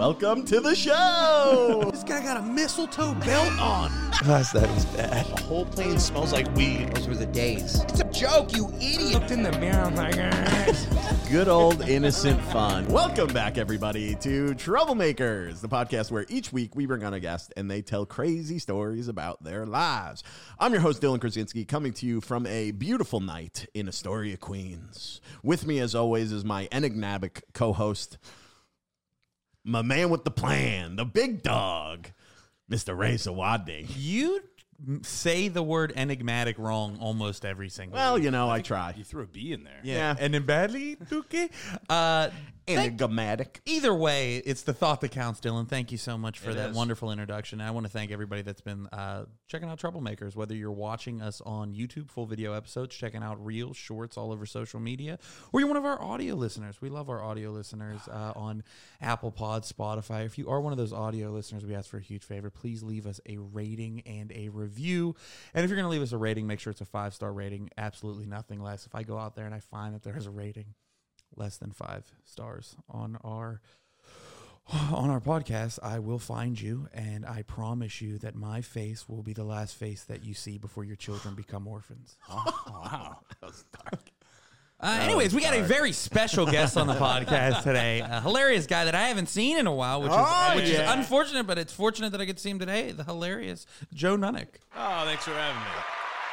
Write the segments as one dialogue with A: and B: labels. A: Welcome to the show.
B: This guy got a mistletoe belt on.
C: Gosh, that was bad.
D: The whole plane smells like weed.
E: Those were the days.
F: It's a joke, you idiot.
B: Looked in the mirror, I'm like, "Ah."
A: Good old innocent fun. Welcome back, everybody, to Troublemakers, the podcast where each week we bring on a guest and they tell crazy stories about their lives. I'm your host, Dylan Krasinski, coming to you from a beautiful night in Astoria, Queens. With me, as always, is my enigmatic co host, my man with the plan, the big dog, Mr. Ray Sawadney.
C: You say the word enigmatic wrong almost every single.
A: Well, you know, I try.
G: You threw a B in there.
A: Yeah.
C: and then badly, Duque. Uh, thank-
A: Enigmatic.
C: either way, it's the thought that counts, Dylan. Thank you so much for
G: It
C: that
G: is.
C: wonderful introduction. And I want to thank everybody that's been uh, checking out Troublemakers, whether you're watching us on YouTube, full video episodes, checking out reels, shorts all over social media, or you're one of our audio listeners. We love our audio listeners uh, on Apple Pod, Spotify. If you are one of those audio listeners, we ask for a huge favor. Please leave us a rating and a review. And if you're going to leave us a rating, make sure it's a five star rating, absolutely nothing less. If I go out there and I find that there is a rating, less than five stars on our on our podcast, I will find you, and I promise you that my face will be the last face that you see before your children become orphans.
G: Oh, Wow. that was dark.
C: Uh, anyways, we got a very special guest on the podcast today. A hilarious guy that I haven't seen in a while, which,
A: Oh,
C: is, which
A: yeah.
C: is unfortunate, but it's fortunate that I could see him today. The hilarious Joe Nunnick.
G: Oh, thanks for having me.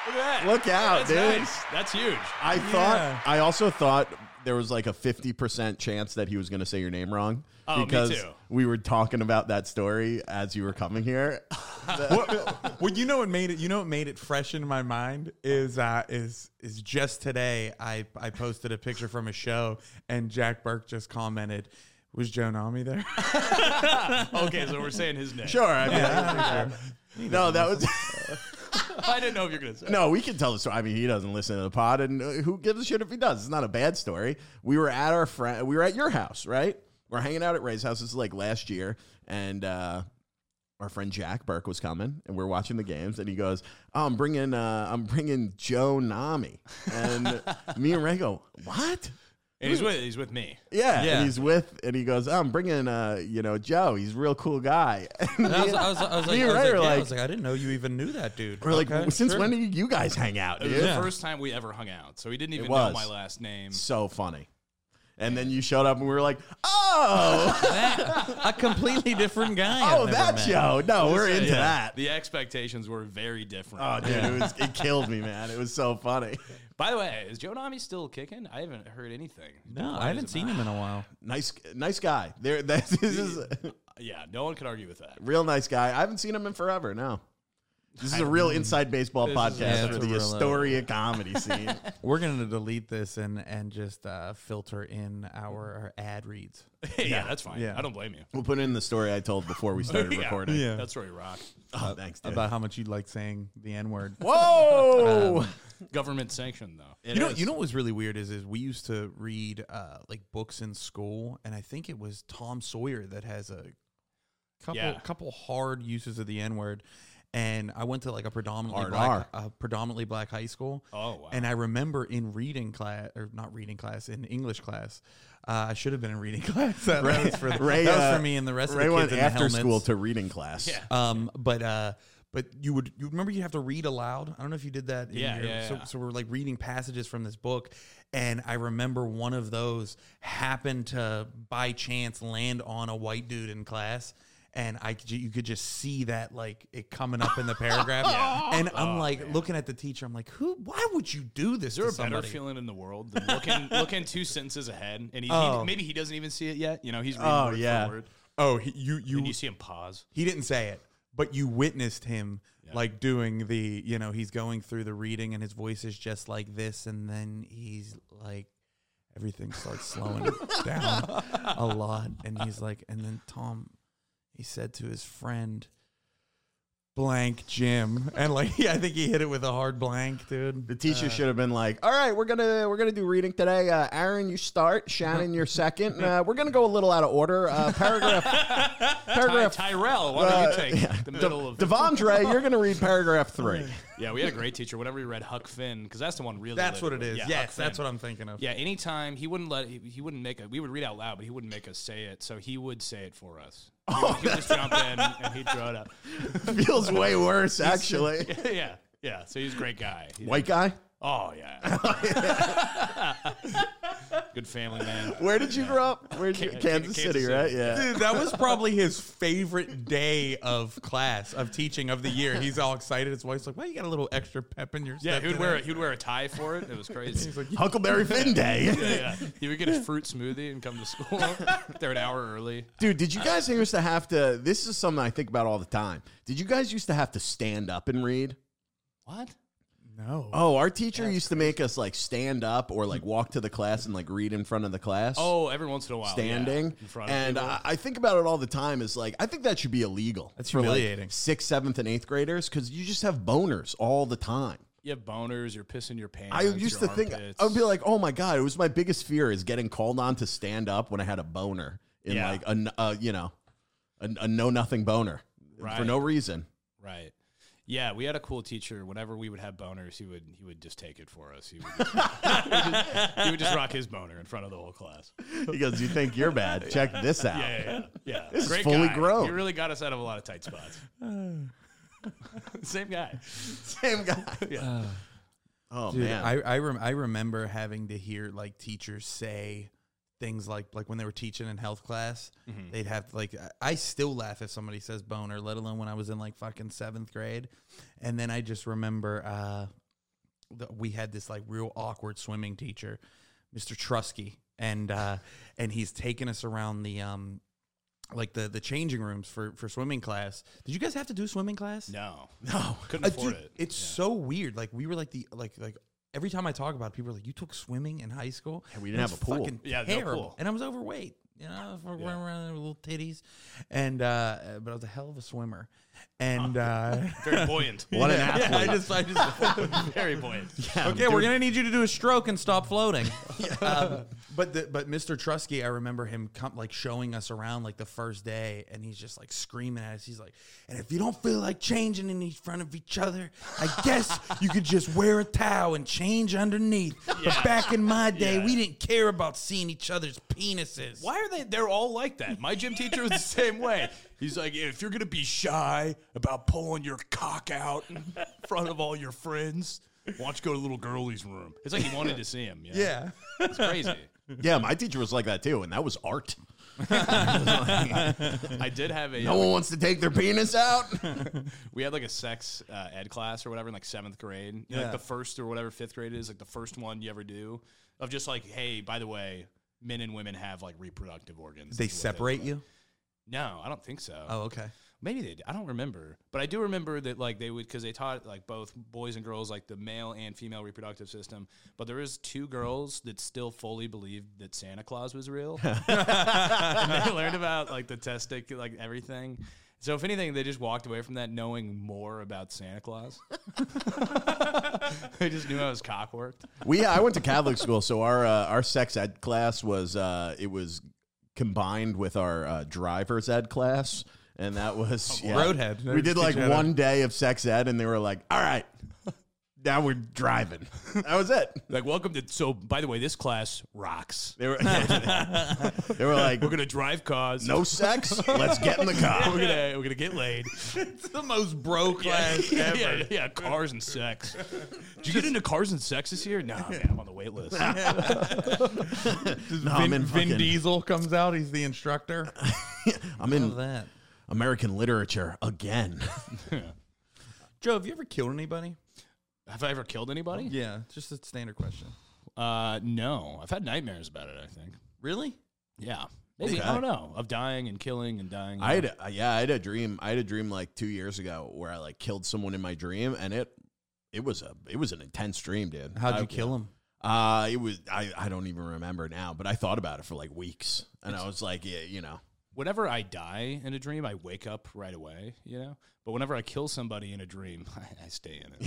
G: Look at that.
A: Look out,
G: That's
A: dude.
G: nice. That's huge.
A: I thought. I also thought there was like a fifty percent chance that he was going to say your name wrong
G: Oh, me
A: because
G: too.
A: we were talking about that story as you were coming here.
C: well, you know what made it. You know what made it fresh in my mind is uh, is is just today. I I posted a picture from a show, and Jack Burke just commented, "Was Joe Nami there?"
G: Okay, so we're saying his name.
A: sure. I mean, no, that was
G: I didn't know if you were going to say
A: no. We can tell the story. I mean, he doesn't listen to the pod, and uh, who gives a shit if he does? It's not a bad story. We were at our friend. We were at your house, right? We're hanging out at Ray's house. This is like last year, and. uh our friend Jack Burke was coming, and we're watching the games, and he goes, oh, "I'm bringing, uh, I'm bringing Joe Nami," and me and Ray go, "What?"
G: And he's with, he's with me.
A: Yeah,
C: Yeah.
A: and he's with, and he goes, oh, "I'm bringing, uh, you know, Joe. He's a real cool guy." And
C: And I was, I was, I was like,
A: Me and
C: I was
A: Ray
C: like,
A: were
C: yeah, I
A: like-
C: was like, I didn't know you even knew that dude.
A: we're like,
C: Okay,
A: "Since
C: sure. Uh,
A: when do you guys hang out,
G: It
A: dude?"
G: was
C: Yeah.
G: the first time we ever hung out, so he didn't even
A: was.
G: know my last name.
A: So funny. And then you showed up, and we were like, "Oh,
C: That- a completely different guy. I've
A: oh,
C: never
A: that
C: met.
A: Joe. No, we're
G: So,
A: into
G: yeah,
A: that."
G: The expectations were very different.
A: Oh, dude, it, was, it killed me, man. It was so funny.
G: By the way, is Joe Nami still kicking? I haven't heard anything.
C: No,
G: Why
C: I haven't
G: does it
C: seen him in a while.
A: Nice, nice guy. There, that, this is a
G: matter? Yeah, no one could argue with that.
A: real nice guy. I haven't seen him in forever. No, this is a real inside baseball
G: This is-
C: Yeah,
A: podcast
C: it's
A: for the
C: a real-
A: Astoria comedy scene.
C: We're gonna delete this and and just uh, filter in our, our ad reads.
G: yeah, that's fine.
C: Yeah.
G: I don't blame you.
A: we'll put in the story I told before we started
G: Yeah,
A: recording.
C: Yeah.
G: That's where you rock.
A: Oh, thanks, dude.
C: About Um, how much you like saying the N word.
A: Whoa!
G: Government sanctioned, though.
C: you know, you know what was really weird is is we used to read uh, like books in school, and I think it was Tom Sawyer that has a couple
G: Yeah.
C: couple hard uses of the N word. And I went to like a predominantly
A: Hard
C: black, a predominantly black high school.
G: Oh, wow.
C: And I remember in reading class, or not reading class, in English class, uh, I should have been in reading class. That, was for
A: Ray,
C: that was
A: uh,
C: for me and the rest
A: Ray
C: of the
A: went
C: kids in the
A: after school
C: helmets.
A: to reading class.
G: Yeah.
C: Um, but uh, but you would you remember you have to read aloud. I don't know if you did that. in
G: Yeah, yeah,
C: so,
G: yeah.
C: so we're like reading passages from this book, and I remember one of those happened to by chance land on a white dude in class. And I, could ju- you could just see that like it coming up in the paragraph, and I'm like looking at the teacher. I'm like, who? Why would you do this?
G: Oh, Is there
C: to
G: a better
C: somebody?
G: feeling in the world than looking looking two sentences ahead? And he, he-
C: Oh.
G: maybe he doesn't even see it yet. You know, he's reading
A: Oh,
G: word
A: yeah.
G: for word.
C: Oh, he, you
G: And
C: you
G: you see him pause.
C: he didn't say it, but you witnessed him like doing the, you know, he's going through the reading and his voice is just like this, and then he's like, everything starts slowing down a lot, and he's like, and then Tom, he said to his friend, blank Jim, and like yeah, I think he hit it with a hard blank, dude.
A: The teacher should have been like, "All right, we're gonna we're gonna do reading today. Uh, Aaron, you start. Shannon, you're second. Uh, we're gonna go a little out of order. Uh, paragraph
G: Ty-
A: paragraph
G: Tyrell, why don't
A: Uh,
G: you take the middle of
A: Devondre, you're gonna read paragraph three.
G: Yeah, we had a great teacher. Whenever we read Huck Finn, because that's the one really.
C: That's what
G: lit
C: it
G: with.
C: is.
G: Yeah,
C: yes,
G: Huck
C: that's
G: Finn.
C: what I'm thinking of.
G: Yeah, anytime he wouldn't let he, he wouldn't make it. We would read out loud, but he wouldn't make us say it. So he would say it for us. He,
C: Oh,
G: would- he would just jump in and he'd throw it up.
A: Feels way worse actually.
G: yeah, yeah. So he's a great guy. He-
A: White guy.
G: Oh yeah. Good family man.
A: Where did you grow up? Where did you,
G: Ca-
A: Kansas,
G: Kansas
A: City,
G: City.
A: right? Yeah.
C: Dude, that was probably his favorite day of class of teaching of the year. He's all excited. His wife's like, "Well, you got a little extra pep in your
G: Yeah,
C: step
G: he would
C: today."
G: wear a, he would wear a tie for it. It was crazy.
A: Huckleberry Finn Day.
G: yeah, yeah. He would get his fruit smoothie and come to school. They're an hour early.
A: Dude, did you guys used to have to? This is something I think about all the time. Did you guys used to have to stand up and read?
G: What?
C: No.
A: Oh, our teacher used to make us like stand up or like walk to the class and like read in front of the class.
G: Oh, every once in a while. yeah,
A: standing.
G: in front of
A: and uh,
G: people.
A: I, I think about it all the time. Is like I think that should be illegal.
C: That's
A: for, like,
C: humiliating.
A: sixth, seventh, and eighth graders because you just have boners all the time.
G: you have boners. You're pissing your pants.
A: I used to
G: your
A: think
G: armpits.
A: I would be like, oh my god, it was my biggest fear is getting called on to stand up when I had a boner in
G: Yeah.
A: like a n- uh, you know a, a no nothing boner for
G: Right.
A: no reason.
G: Right. Yeah, we had a cool teacher. Whenever we would have boners, he would he would just take it for us. He would just, he would just- he would just rock his boner in front of the whole class.
A: He goes, you think you're bad? Check this out.
G: Yeah, yeah, yeah.
A: This is fully grown.
G: He really got us out of a lot of tight spots. Same guy.
A: Same guy. Oh
C: Dude,
A: man.
C: I I, rem- I remember having to hear like teachers say things like like when they were teaching in health class,
A: Mm-hmm.
C: they'd have like I- I still laugh if somebody says boner, let alone when I was in like fucking seventh grade. And then I just remember uh, th- we had this like real awkward swimming teacher, Mr. Trusky, and uh, and he's taking us around the um like the the changing rooms for for swimming class. Did you guys have to do swimming class?
G: No,
A: no.
G: couldn't
C: Uh,
G: afford
C: dude,
G: it.
C: It's so weird. Like we were like the like like every time I talk about it, people are like, "You took swimming in high school?
A: Yeah, we didn't
C: That's
A: have a pool.
C: fucking
G: Yeah, no
C: terrible.
G: pool.
C: And I was overweight. You know, running around with little titties, and uh, but I was a hell of a swimmer, and uh,
G: Very buoyant.
A: What an
C: yeah,
A: athlete.
C: I just I just
G: Very buoyant.
C: okay, we're gonna need you to do a stroke and stop floating. um, but the, but Mr. Trusky, I remember him come, like showing us around like the first day, and he's just like screaming at us. He's like, "And if you don't feel like changing in front of each other, I guess you could just wear a towel and change underneath." But back in my day, we didn't care about seeing each other's penises.
G: Why are they? They're all like that. My gym teacher was the same way. He's like, if you're gonna be shy about pulling your cock out in front of all your friends, why don't you go to little girlie's room? It's like he wanted to see him. Yeah,
C: Yeah.
G: it's crazy.
A: yeah, my teacher was like that too, and that was art.
G: I did have a.
A: No one wants to take their penis out.
G: We had like a sex uh, ed class or whatever in like seventh grade. You know,
C: Yeah.
G: Like the first or whatever fifth grade is, like the first one you ever do of just like, hey, by the way, men and women have like reproductive organs.
C: They
G: This is what
C: separate you?
G: No, I don't think so.
C: Oh, okay.
G: Maybe they. Did. I don't remember, but I do remember that like they would because they taught like both boys and girls like the male and female reproductive system. But there is two girls that still fully believed that Santa Claus was real. and they learned about like the testic, like everything. So if anything, they just walked away from that knowing more about Santa Claus. they just knew I was cockworked.
A: we I went to Catholic school, so our uh, our sex ed class was uh, it was combined with our uh, driver's ed class, and that was yeah.
C: Oh, Roadhead.
A: We did like one day of sex ed, and they were like, "All right, now we're driving." That was it.
G: Like, welcome to. So by the way, this class rocks.
A: They were they were like,
G: We're gonna drive cars.
A: "No sex, let's get in the car."
G: We're gonna we're gonna get laid.
C: It's the most bro class
G: yeah,
C: ever.
G: Yeah, yeah, cars and sex. Did you get into cars and sex this year? No, man, I'm on the wait list.
A: No, I'm
C: Vin,
A: in
C: Vin
A: fucking-
C: Diesel comes out. He's the instructor.
A: I'm
C: Love
A: in
C: that.
A: American literature again.
C: Joe, have you ever killed anybody?
G: Have I ever killed anybody?
C: Yeah, just a standard question.
G: Uh, no. I've had nightmares about it. I think.
C: Really?
G: Yeah, maybe I don't know of dying and killing and dying.
A: I had a, yeah, I had a dream. I had a dream like two years ago where I like killed someone in my dream, and it it was a it was an intense dream, dude.
C: How'd you
A: I-
C: kill him?
A: Uh, it was I I don't even remember now, but I thought about it for like weeks, and I was like, yeah, you know,
G: whenever I die in a dream, I wake up right away, you know? But whenever I kill somebody in a dream, I, I stay in it.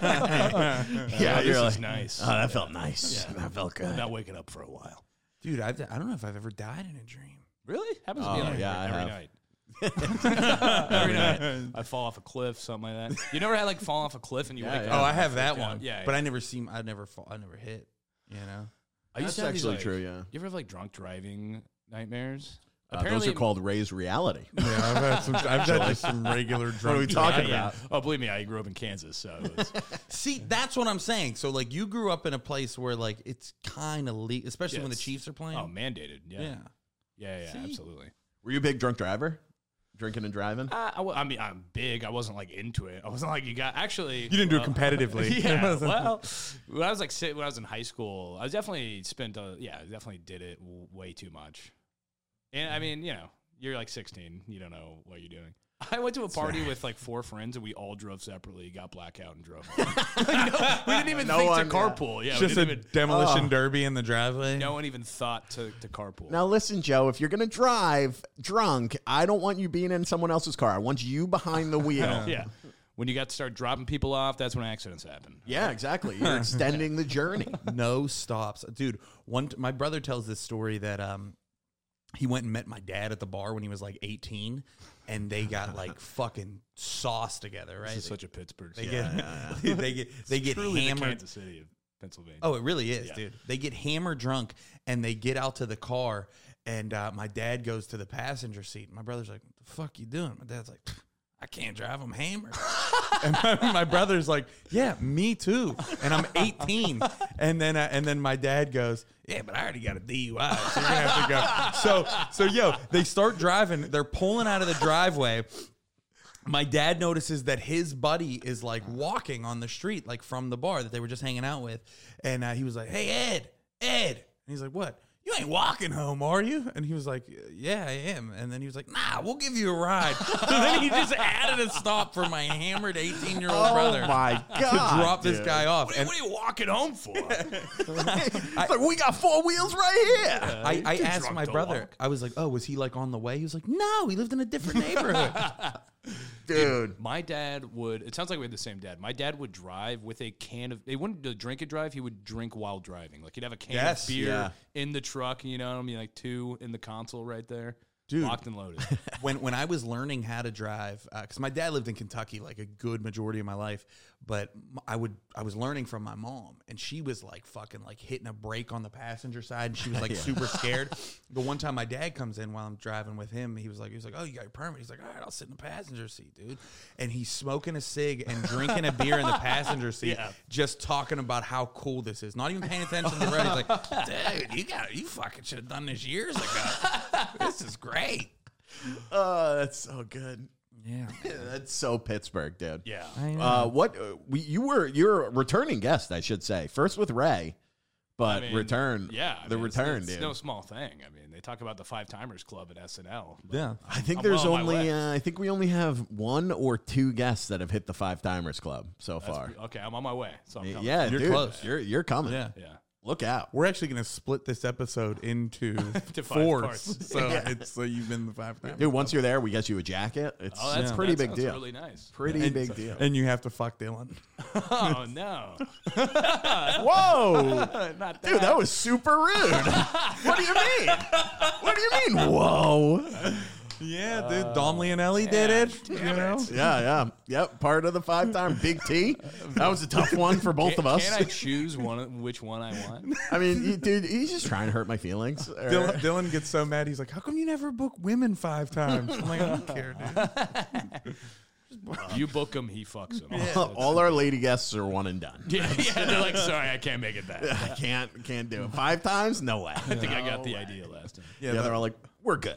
A: yeah,
G: this
A: you're
G: is
A: like,
G: nice.
A: Oh, that felt nice. That felt good.
G: Not waking up for a while.
C: Dude, I've, I don't know if I've ever died in a dream.
G: Really? Happens to me
A: Oh,
G: like
A: yeah, I
G: every
A: have.
G: night. every night. I fall off a cliff, something like that. You never had like fall off a cliff and you wake
A: yeah.
G: up?
C: Oh, I have that
G: Yeah,
C: one.
G: yeah, yeah.
C: But I never seem. I never fall. I never hit. You know.
G: I used
A: That's
G: to have these,
A: actually
G: like-
A: true. Yeah.
G: You ever have like drunk driving nightmares?
A: Uh, those are called Ray's reality.
C: Yeah, I've had some. I've had just some regular drunk. What
A: are we talking
G: Yeah.
A: about.
G: Oh, believe me, I grew up in Kansas, so it was-
C: See, that's what I'm saying. So, like, you grew up in a place where, like, it's kind of le especially when the
G: Yes.
C: Chiefs are playing.
G: oh mandated. Yeah,
C: yeah.
G: yeah, yeah,
C: See?
G: absolutely.
A: Were you a big drunk driver? Drinking and driving?
G: Uh, I, wa- I mean, I'm big. I wasn't like into it. I wasn't like you got actually. You
C: competitively.
G: Yeah. well, when I was like si- when I was in high school, I was definitely spent. A, yeah, I definitely did it w- way too much. And I mean, you know, you're like 16. You don't know what you're doing. I went to a party with like four friends, and we all drove separately. Got blackout and drove. home. No, we didn't even
A: No
G: think
A: one, yeah.
G: to carpool. Yeah, we didn't even, Oh.
C: demolition derby in the driveway.
G: no one even thought to, to carpool.
A: Now listen, Joe. If you're gonna drive drunk, I don't want you being in someone else's car. I want you behind the wheel.
G: yeah. When you got to start dropping people off, that's when accidents happen.
A: Yeah, exactly. You're extending the journey.
C: no stops, dude. One, my brother tells this story that um, he went and met my dad at the bar when he was like 18, and they got like fucking sauce together, right?
G: This is such a Pittsburgh.
C: they,
G: story.
C: get, they get they get
G: Truly the
C: hammered.
G: Kansas City of Pennsylvania.
C: Oh, it really is,
G: Yeah.
C: dude. They get hammer drunk and they get out to the car, and uh, my dad goes to the passenger seat. My brother's like, "The fuck you doing?" My dad's like, "I can't drive. I'm hammered." and my, my brother's like, "Yeah, me too." And I'm 18, and then uh, and then my dad goes, "Yeah, but I already got a DUI, so you're gonna have to go." So so yo, they start driving. They're pulling out of the driveway my dad notices that his buddy is like walking on the street, like from the bar that they were just hanging out with. And uh, he was like, Hey, Ed, Ed. And he's like, What? You ain't walking home, are you? And he was like, Yeah, I am. And then he was like, Nah, we'll give you a ride. so then he just added a stop for my hammered 18 year old brother
A: Oh my god!
C: to drop this guy off.
G: What are you- what are you walking home for?
A: It's like, we got four wheels right here.
C: I, I
G: too
C: asked
G: drunk
C: my
G: to
C: brother,
G: walk.
C: I was like, Oh, was he like on the way? He was like, No, he lived in a different neighborhood.
A: Dude,
G: My dad would. It sounds like we had the same dad. My dad would drive with a can of. They wouldn't do drink and drive. He would drink while driving. Like he'd have a can
C: Yes,
G: of beer
A: yeah.
G: in the truck. You know what I mean? Like two in the console right there,
C: Dude.
G: locked and loaded.
C: when when I was learning how to drive, because my dad lived in Kentucky like a good majority of my life, but m- I would I was learning from my mom, and she was like fucking like hitting a brake on the passenger side, and she was like super scared. But one time my dad comes in while I'm driving with him, he was like he was like, oh you got your permit? He's like, all right, I'll sit in the passenger seat, dude. And he's smoking a cig and drinking a beer in the passenger seat, just talking about how cool this is, not even paying attention to the road. He's like, dude, you got you fucking should have done this years ago. this is great.
A: oh, that's so good.
C: Yeah.
A: That's so Pittsburgh, dude.
G: yeah.
A: Uh, what uh, we, you were you're a returning guest, I should say. First with Ray, but
G: I mean,
A: return.
G: Yeah. I
A: the
G: mean, it's-
A: return,
G: It's,
A: dude.
G: no small thing. I mean, they talk about the Five Timers Club at SNL. but
C: Yeah.
A: I think
G: I'm
A: there's
G: well on my
A: only
G: way.
A: uh, I think we only have one or two guests that have hit the five timers club so far.
G: Okay, I'm on my way. So I'm coming.
A: Yeah,
C: You're
A: dude,
C: close.
A: You're you're coming.
C: Yeah.
G: Yeah.
A: Look out.
C: We're actually going to split this episode into
G: five
C: fours.
G: parts.
C: So it's so you've been the five times.
A: Dude, once you're there, we get you a jacket. It's
G: Oh, that's
A: a pretty
G: that
A: big
G: sounds
A: deal.
G: Really nice.
A: pretty
C: and,
A: big deal.
C: And you have to fuck Dylan.
G: Oh no,
A: Whoa.
G: not that.
A: Dude, that was super rude. what do you mean? What do you mean? Whoa.
C: Yeah, dude. Dom Leonelli did it. You know?
A: Yeah, yeah. Yep. Part of the five time Big T. That was a tough one for both of us.
G: Can I choose one? Which one I want?
A: I mean, he- dude, he's just trying to hurt my feelings. Or-
C: Dylan, Dylan gets so mad. He's like, "How come you never book women five times?" I'm like, "I don't care, dude."
G: you book him, he fucks him.
A: Uh-huh. All our lady guests are one and done.
G: Yeah, yeah, they're like, sorry, I can't make it back. I
A: I can't can't do it. Five times? No way.
G: think I got the idea last time.
A: Yeah, they're all like, we're good.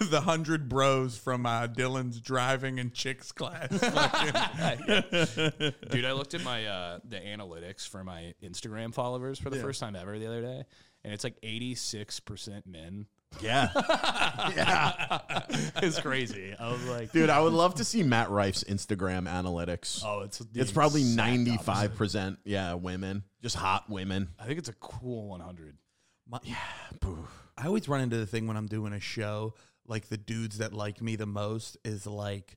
C: the hundred bros from uh, Dylan's driving and chicks class.
G: Dude, I looked at my uh, the analytics for my Instagram followers for the first time ever the other day, and it's like 86% men.
A: Yeah.
G: It's crazy. I was like,
A: Dude, I would love to see Matt Rife's Instagram analytics.
G: oh, it's the
A: it's probably
G: exact
A: ninety
G: opposite.
A: five percent, yeah, women. Just hot women.
G: I think it's a cool 100.
C: I always run into the thing when I'm doing a show like the dudes that like me the most is like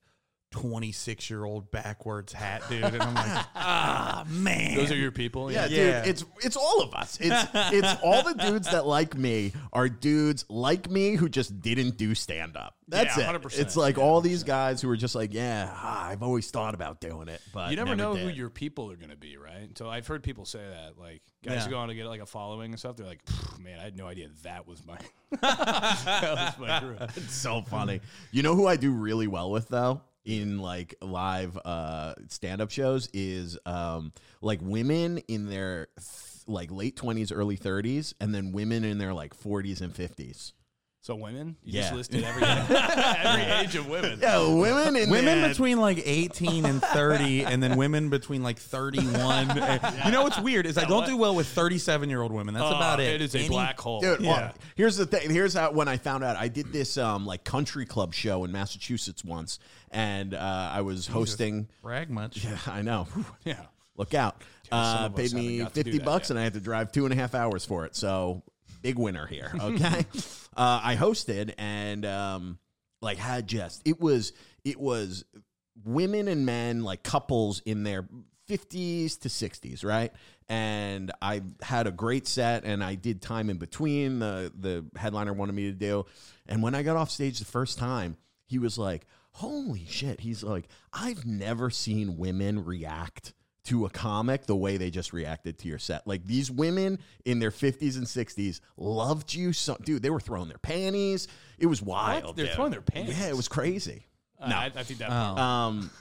C: 26 year old backwards hat dude. And I'm like, ah, man.
G: Those are your people.
A: Yeah,
C: Yeah.
A: dude, it's it's all of us. It's it's all the dudes that like me are dudes like me who just didn't do stand up. That's
G: Yeah,
A: it.
G: 100%.
A: It's like all these guys who are just like, yeah, ah, I've always thought about doing it, but
G: you never, know who
A: did."
G: your people are going to be, right? So I've heard people say that, like guys
C: Yeah.
G: who go on to get like a following and stuff. They're like, "Pfft, man, I had no idea that was my that was my group.
A: It's so funny. You know who I do really well with though in like live uh stand up shows is um like women in their th- like late 20s early 30s and then women in their like 40s and 50s.
G: So women, you
A: Yeah.
G: just listed every every age of women.
A: Yeah, women in
C: Women
A: their-
C: between like 18 and 30, and then women between like 31. You know what's weird is I don't do well with 37 year old women. That's
G: Oh,
C: about it.
G: It is a
C: Any-
G: black hole.
A: Dude, well,
C: Yeah.
A: here's the thing. Here's how when I found out I did this um like country club show in Massachusetts once, and uh, I was hosting.
C: brag much.
A: Yeah, I know. Whew.
G: yeah.
A: Look out!
G: some
A: Uh,
G: of us
A: paid
G: haven't
A: me
G: got to do
A: fifty
G: that
A: bucks,
G: yet.
A: and I had to drive two and a half hours for it. So big winner here. Okay, uh, I hosted and um, like had just it was it was women and men like couples in their fifties to sixties, right? And I had a great set, and I did time in between the the headliner wanted me to do. And when I got off stage the first time, he was like, "Holy shit!" He's like, "I've never seen women react." to a comic the way they just reacted to your set. Like these women in their 50s and 60s loved you so dude, they were throwing their panties. It was wild.
G: They're
A: dude.
G: throwing their panties?
A: Yeah, it was crazy.
G: No, I, I think that.
A: Um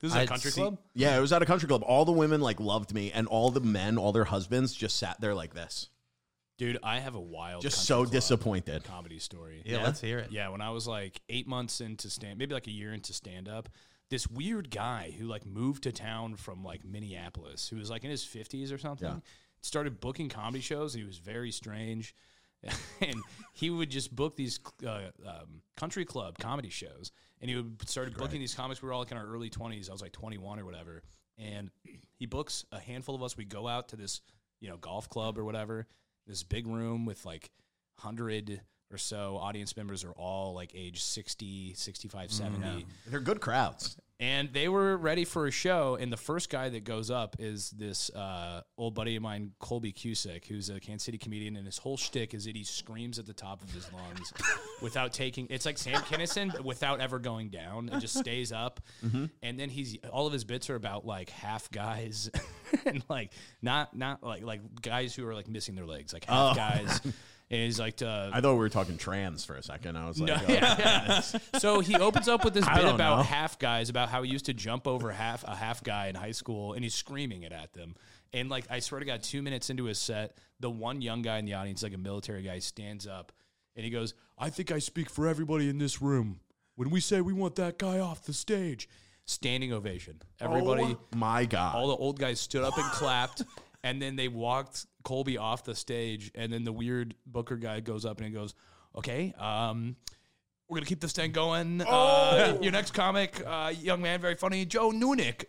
G: This is a
C: I'd
G: country
C: see-
G: club.
A: yeah, it was at a country club. All the women like loved me and all the men, all their husbands just sat there like this.
G: Dude, I have a wild,
A: Just
G: country
A: so
G: club
A: disappointed.
G: comedy story.
C: Yeah, let's hear it.
G: Yeah, when I was like eight months into stand, maybe like a year into stand up, this weird guy who like moved to town from like Minneapolis, who was like in his fifties or something,
A: Yeah.
G: started booking comedy shows. And he was very strange, and he would just book these uh, um, country club comedy shows. And he would started booking these comics. We were all like in our early twenties. I was like twenty one or whatever, and he books a handful of us. We go out to this you know golf club or whatever. This big room with like hundred or so audience members are all like age 60 65 70
A: They're good crowds.
G: and they were ready for a show and the first guy that goes up is this uh, old buddy of mine colby cusick who's a kansas city comedian and his whole shtick is that he screams at the top of his lungs without taking it's like sam Kinison but without ever going down it just stays up and then he's all of his bits are about like half guys and like not not like like guys who are like missing their legs like half guys and he's like uh,
A: I thought we were talking trans for a second. I was like, oh,
G: yeah. so he opens up with this
A: I
G: bit
A: don't
G: about
A: know.
G: half guys, about how he used to jump over half a half guy in high school, and he's screaming it at them. And like I swear to God, two minutes into his set, the one young guy in the audience, like a military guy, stands up and he goes, "I think I speak for everybody in this room when we say we want that guy off the stage." Standing ovation. Everybody
A: oh my God.
G: all the old guys stood up and clapped, and then they walked Colby off the stage, and then the weird Booker guy goes up and he goes, "Okay, um, we're gonna keep this thing going. Uh, your next comic, uh, young man, very funny, Joe Nunick."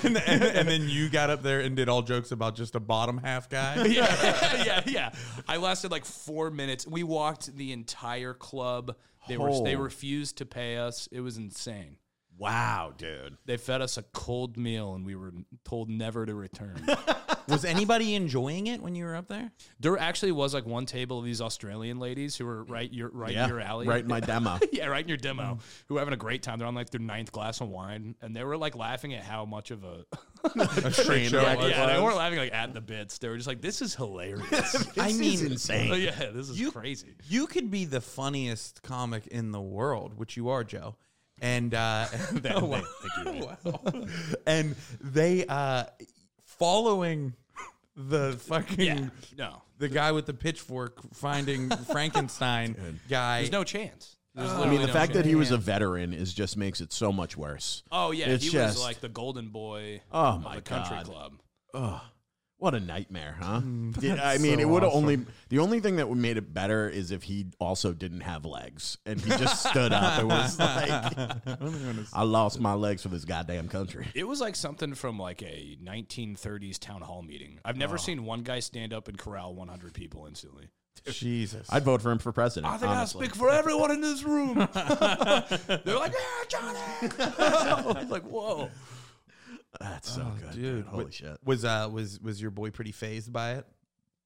C: and, and, and then you got up there and did all jokes about just a bottom half guy.
G: yeah, yeah, yeah. I lasted like four minutes. We walked the entire club. They were they
A: Oh.
G: refused to pay us. It was insane.
A: wow, dude.
G: They fed us a cold meal, and we were told never to return.
C: Was anybody enjoying it when you were up there?
G: There actually was like one table of these Australian ladies who were right your right
A: Yeah.
G: in your alley,
A: Right in Mm. my demo.
G: yeah, right in your demo, who were having a great time. They're on like their ninth glass of wine, and they were like laughing at how much of a
C: A straight show.
G: yeah,
C: it was.
G: they weren't laughing like at the bits. They were just like, "This is hilarious."
A: I
C: mean,
A: insane.
G: yeah, this is
C: You-
G: crazy.
C: You could be the funniest comic in the world, which you are, Joe. And uh,
G: Oh,
C: Wow. and they uh, following the fucking
G: Yeah, no,
C: the guy with the pitchfork finding Frankenstein guy.
G: there's no chance. There's
A: I mean,
G: literally
A: the
G: no
A: fact that
G: chance.
A: he was a veteran is just makes it so much worse.
G: oh yeah,
A: it's
G: he
A: just-
G: was like the golden boy.
A: Oh,
G: of
A: my
G: the country
A: God.
G: club.
A: What a nightmare, huh?
G: Mm.
A: Did- I mean,
C: so
A: it would have
C: awesome.
A: only the only thing that would made it better is if he also didn't have legs and he just stood up and was like, "I lost my legs for this goddamn country."
G: It was like something from like a 1930s town hall meeting. I've never seen one guy stand up and corral 100 people instantly.
A: dude.
C: Jesus.
A: I'd vote for him for president.
G: I think
A: honestly.
G: I speak for everyone in this room. They're like, yeah, Johnny. I was like, whoa.
A: That's
G: Oh,
A: so Oh, good, dude. Holy shit.
C: Oh, Was uh was was your boy pretty phased by it?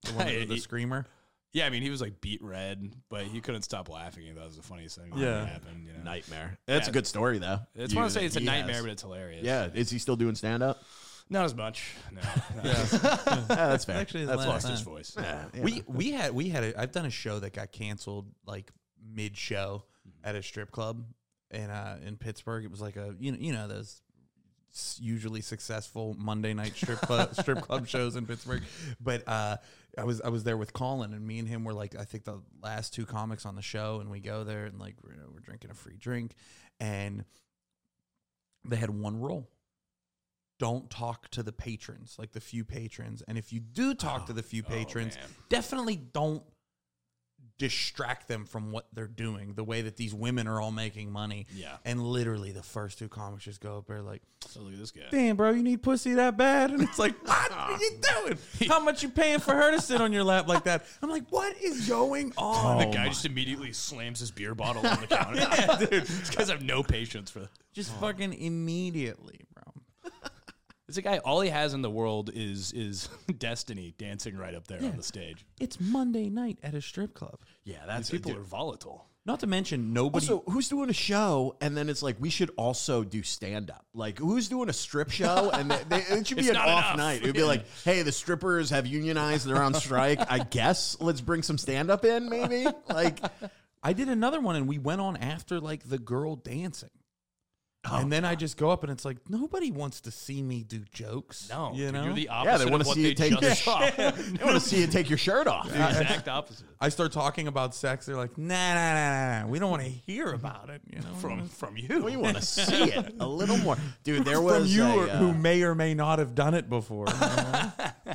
C: The, one that was the
G: Hey,
C: screamer.
G: Yeah, I mean, he was like beat red, but he couldn't stop laughing. That was the funniest thing that
C: Yeah.
G: ever happened. You know?
A: Nightmare. That's a
G: Yeah.
A: good story, though.
G: It's
A: You-
G: want to say it's a
A: he has.
G: nightmare, but it's hilarious.
A: Yeah. Is he still doing stand up?
G: Not as much. No. no.
A: that's fair.
C: Actually, his
A: that's
C: last
A: lost.
G: Lost his
C: Uh,
G: voice.
C: We we had we had a, I've done a show that got canceled like mid show at a strip club in uh in Pittsburgh. It was like a you know you know those s- usually successful Monday night strip club strip club shows in Pittsburgh. But uh I was I was there with Colin and me and him were like I think the last two comics on the show and we go there and like we're, we're drinking a free drink and they had one rule don't talk to the patrons, like the few patrons. And if you do talk to the
G: Oh,
C: few patrons, definitely don't distract them from what they're doing, the way that these women are all making money.
G: Yeah.
C: And literally the first two comics just go up there like,
G: So look at this guy.
C: damn, bro, you need pussy that bad? And it's like, what are you doing? How much you paying for her to sit on your lap like that? I'm like, what is going on?
G: the guy just immediately slams his beer bottle on the counter. yeah, dude. These guys have no patience for that.
C: Just fucking immediately, bro.
G: It's a guy. All he has in the world is is destiny dancing right up there on the stage.
C: It's Monday night at a strip club.
G: Yeah, that's people are volatile.
C: Not to mention nobody.
A: Also, who's doing a show and then it's like we should also do stand up? Like, who's doing a strip show and they, they, it should be
G: It's
A: an
G: not
A: off
G: enough.
A: night? It would be like, hey, the strippers have unionized, they're on strike. I guess let's bring some stand up in, maybe. Like,
C: I did another one and we went on after like the girl dancing.
A: Oh,
C: and then I just go up and it's like nobody wants to see me do jokes.
G: No,
C: you
G: dude,
C: know.
G: you're the
A: yeah,
G: opposite.
A: they
G: want
A: want to
G: what
A: see
G: they
A: you take your
G: just
A: shirt.
G: saw.
A: They want to see you take your shirt off.
G: The exact opposite
C: I start talking about sex. They're like, nah, nah, nah, nah, nah. We don't want to hear about it. You know,
G: from from you.
A: We want to see it a little more, dude. There
C: from
A: was
C: you
A: a,
C: or,
A: uh,
C: who may or may not have done it before. you know?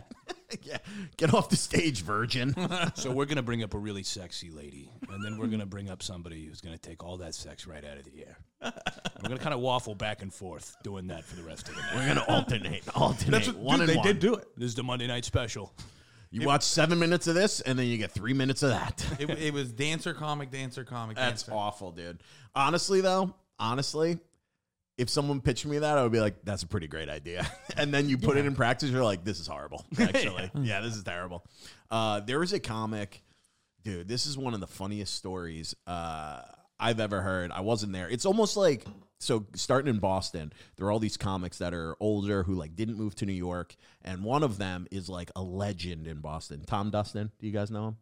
A: yeah, get off the stage, virgin.
G: So we're gonna bring up a really sexy lady, and then we're gonna bring up somebody who's gonna take all that sex right out of the air. And we're gonna kind of waffle back and forth doing that for the rest of the night.
A: We're gonna alternate, alternate. one and
C: Dude, they
A: one.
C: did do it.
G: This is the Monday night special.
A: You watch seven minutes of this, and then you get three minutes of that.
C: it. It was dancer, comic, dancer, comic,
A: That's
C: dancer.
A: awful, dude. Honestly, though, honestly, if someone pitched me that, I would be like, "That's a pretty great idea." and then you put it in practice, you're like, "This is horrible." Actually, yeah. this is terrible. Uh, there was a comic, dude. This is one of the funniest stories uh, I've ever heard. I wasn't there. It's almost like so starting in Boston, there are all these comics that are older who like didn't move to New York, and one of them is like a legend in Boston. Tom Dustin, do you guys know him?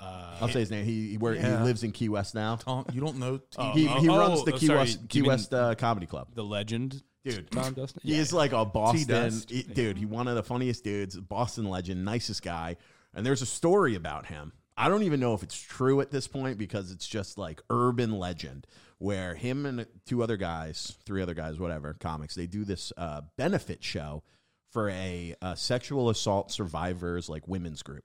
A: I'll say his name. He he, where, he lives in Key West now
C: Oh, you don't know. TV.
A: he, he
G: oh,
A: runs the
G: oh,
A: Key
G: sorry,
A: West
G: you
A: Key
G: mean-
A: West uh, Comedy Club.
G: The legend,
A: Dude.
G: Tom Dustin.
A: He is like a Boston
C: T-Dust.
A: he- dude. He one of the funniest dudes, Boston legend, nicest guy. And there's a story about him. I don't even know if it's true at this point because it's just like urban legend where him and two other guys, three other guys, whatever, comics, they do this uh, benefit show for a, uh sexual assault survivors like women's group.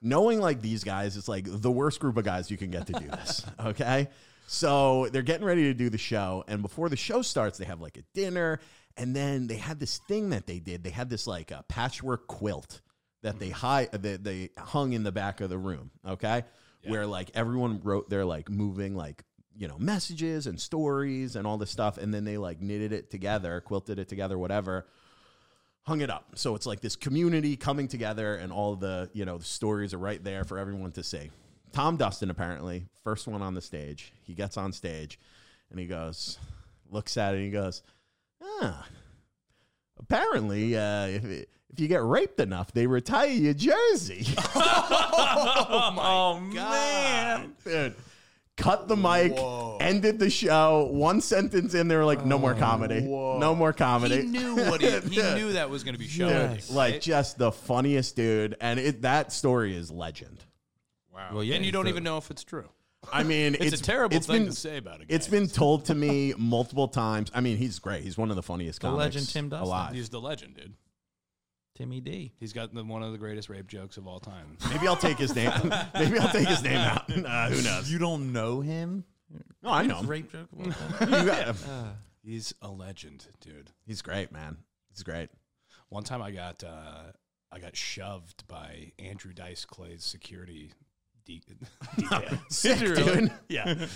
A: Knowing like these guys, it's like the worst group of guys you can get to do this. Okay. So they're getting ready to do the show. And before the show starts, they have like a dinner. And then they had this thing that they did. They had this like a patchwork quilt that they hi- that they hung in the back of the room. Okay. Where like everyone wrote their like moving like you know messages and stories and all this stuff and then they like knitted it together quilted it together whatever hung it up so it's like this community coming together and all the you know the stories are right there for everyone to see tom dustin apparently first one on the stage he gets on stage and he goes looks at it and he goes ah apparently uh, if, if you get raped enough they retire your jersey
C: oh man!
A: Dude, cut the mic, ended the show. One sentence in, they were like, no more comedy. No more comedy.
G: He knew what he, he knew that was gonna be showing.
C: Yes.
A: like, just the funniest dude. And it, that story is legend.
G: Wow.
C: Well, yeah,
G: and you
C: he's
G: don't
C: the-
G: even know if it's true.
A: I mean,
G: It's, a terrible
A: it's
G: thing
A: been-
G: to say about a guy.
A: It's been told to me multiple times. I mean, he's great. He's one of the funniest comics.
C: legend Tim Dustin.
A: alive.
G: He's the legend, dude.
C: Timmy D.
G: He's got the, one of the greatest rape jokes of all time.
A: Maybe I'll take his name. Maybe I'll take his name out. Uh, who knows?
C: You don't know him.
A: No, I know. him.
C: Rape joke. about that?
A: You got-
C: Uh.
G: He's a legend, dude.
A: He's great, man. He's great.
G: One time I got uh, I got shoved by Andrew Dice Clay's security de- detail.
A: Sick,
G: Literally.
A: dude.
G: Yeah.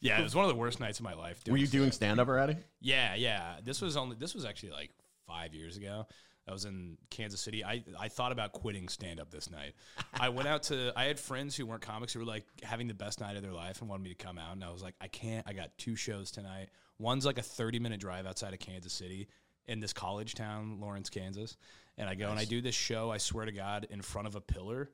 G: Yeah, it was one of the worst nights of my life. Dude.
A: Were you doing stand up already?
G: Yeah, yeah. This was only this was actually like five years ago. I was in Kansas City. I, I thought about quitting stand up this night. I went out to I had friends who weren't comics who were like having the best night of their life and wanted me to come out and I was like, I can't. I got two shows tonight. One's like a 30 minute drive outside of Kansas City in this college town, Lawrence, Kansas. And I go and I do this show, I swear to God, in front of a pillar.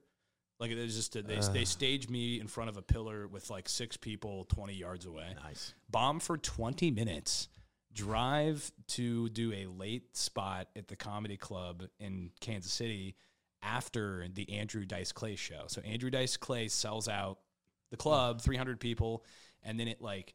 G: Like it was just a, they they staged me in front of a pillar with like six people 20 yards away
A: Nice.
G: bomb for 20 minutes, drive to do a late spot at the comedy club in Kansas City after the Andrew Dice Clay show. So Andrew Dice Clay sells out the club, 300 people, and then at like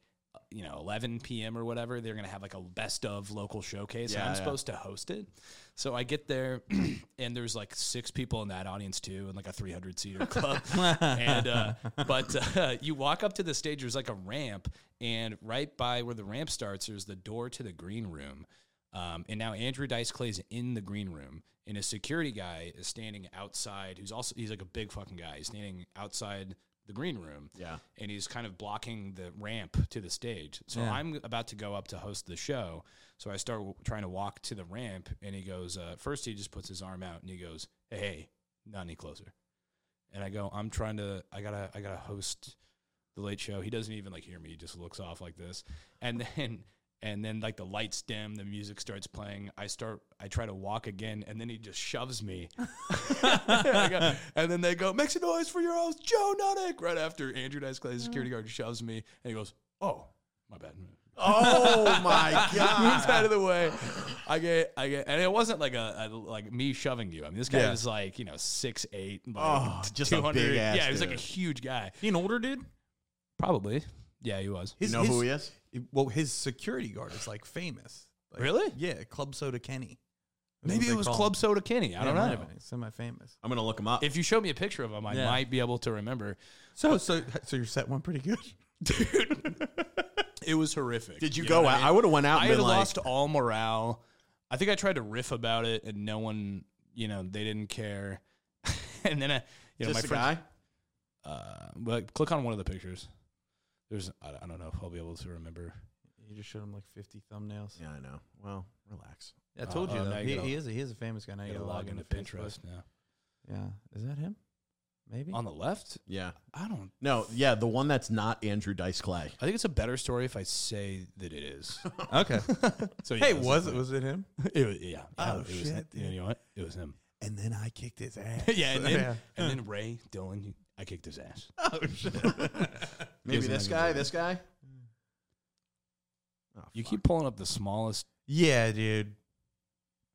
G: you know 11 p.m. or whatever, they're gonna have like a best of local showcase. and
A: Yeah,
G: I'm
A: yeah.
G: supposed to host it, so I get there, and there's like six people in that audience too, and like a 300 seater club. and uh, but uh, you walk up to the stage, there's like a ramp, and right by where the ramp starts, there's the door to the green room. Um, and now Andrew Dice Clay's in the green room, and a security guy is standing outside. Who's also he's like a big fucking guy. He's standing outside the green room,
A: Yeah.
G: and he's kind of blocking the ramp to the stage. So
C: Yeah.
G: I'm about to go up to host the show. So I start w- trying to walk to the ramp, and he goes, uh, first he just puts his arm out and he goes, hey, hey, not any closer. And I go, I'm trying to, I gotta, I gotta host the late show. He doesn't even like hear me. He just looks off like this. And then, and then like the lights dim, the music starts playing. I start, I try to walk again, and then he just shoves me. I go- and then they go, make some noise for your host, Joe Nunnick. Right after Andrew Dice Clay, the security guard, shoves me, and he goes, oh, my bad
A: Oh my
G: moves
A: god.
G: out of the way. I get, I get, and it wasn't like a, a like me shoving you. I mean, this guy
A: Yeah.
G: was like you know six eight, like
A: Oh, just a
G: 200.
A: big ass
G: Yeah, he was like
A: dude.
G: a huge guy.
C: He an older dude?
G: Probably. Yeah, he was.
A: You
C: His-
A: know
C: his-
A: who he is?
C: Well, his security guard is like famous. Like,
G: Really?
C: Yeah, Club Soda Kenny. That's
G: Maybe
C: what
G: it
C: they
G: was
C: call
G: Club
C: him.
G: Soda Kenny. I
C: Yeah,
G: don't
C: might
G: know.
C: have been. He's Semi-famous.
A: I'm gonna look him up.
G: If you show me a picture of him, I
C: Yeah.
G: might be able to remember.
C: So, so, so your set went pretty good.
G: It was horrific.
A: Did you
G: know
A: go
G: what
A: out? I would have went out
G: I
A: and
G: had
A: been like,
G: lost all morale. I think I tried to riff about it, and no one, you know, they didn't care. and then I, you know,
A: "Is
G: my
A: this a
G: friend.
A: guy?
G: Uh, but click on one of the pictures. There's, I, I don't know if I'll be able to remember.
C: You just showed him like 50 thumbnails.
A: Yeah, I know. Well, relax.
C: I told you
G: Uh-oh, Oh, now
C: though.
G: you
C: He,
G: gotta-
C: he is a, he is a famous guy. Now
G: I
C: you
G: gotta
C: gotta
G: log into
C: Facebook.
G: Pinterest now.
C: Yeah, is that him? Maybe.
G: On the left,
A: Yeah.
G: I don't.
A: No, yeah, the one that's not Andrew Dice Clay.
G: I think it's a better story if I say that it is.
C: okay.
G: So yeah,
C: hey,
G: it's-
C: was it was it him?
G: It was, yeah.
C: Oh,
G: it was,
C: shit,
G: You know what? It was him.
C: And then I kicked his ass.
G: yeah, and then,
C: Yeah.
G: and then Ray Dylan, I kicked his ass.
A: Maybe
G: Isn't
A: this
G: that
A: guy,
G: good?
A: this guy. Oh,
G: You
A: fuck.
G: keep pulling up the smallest.
C: Yeah, dude.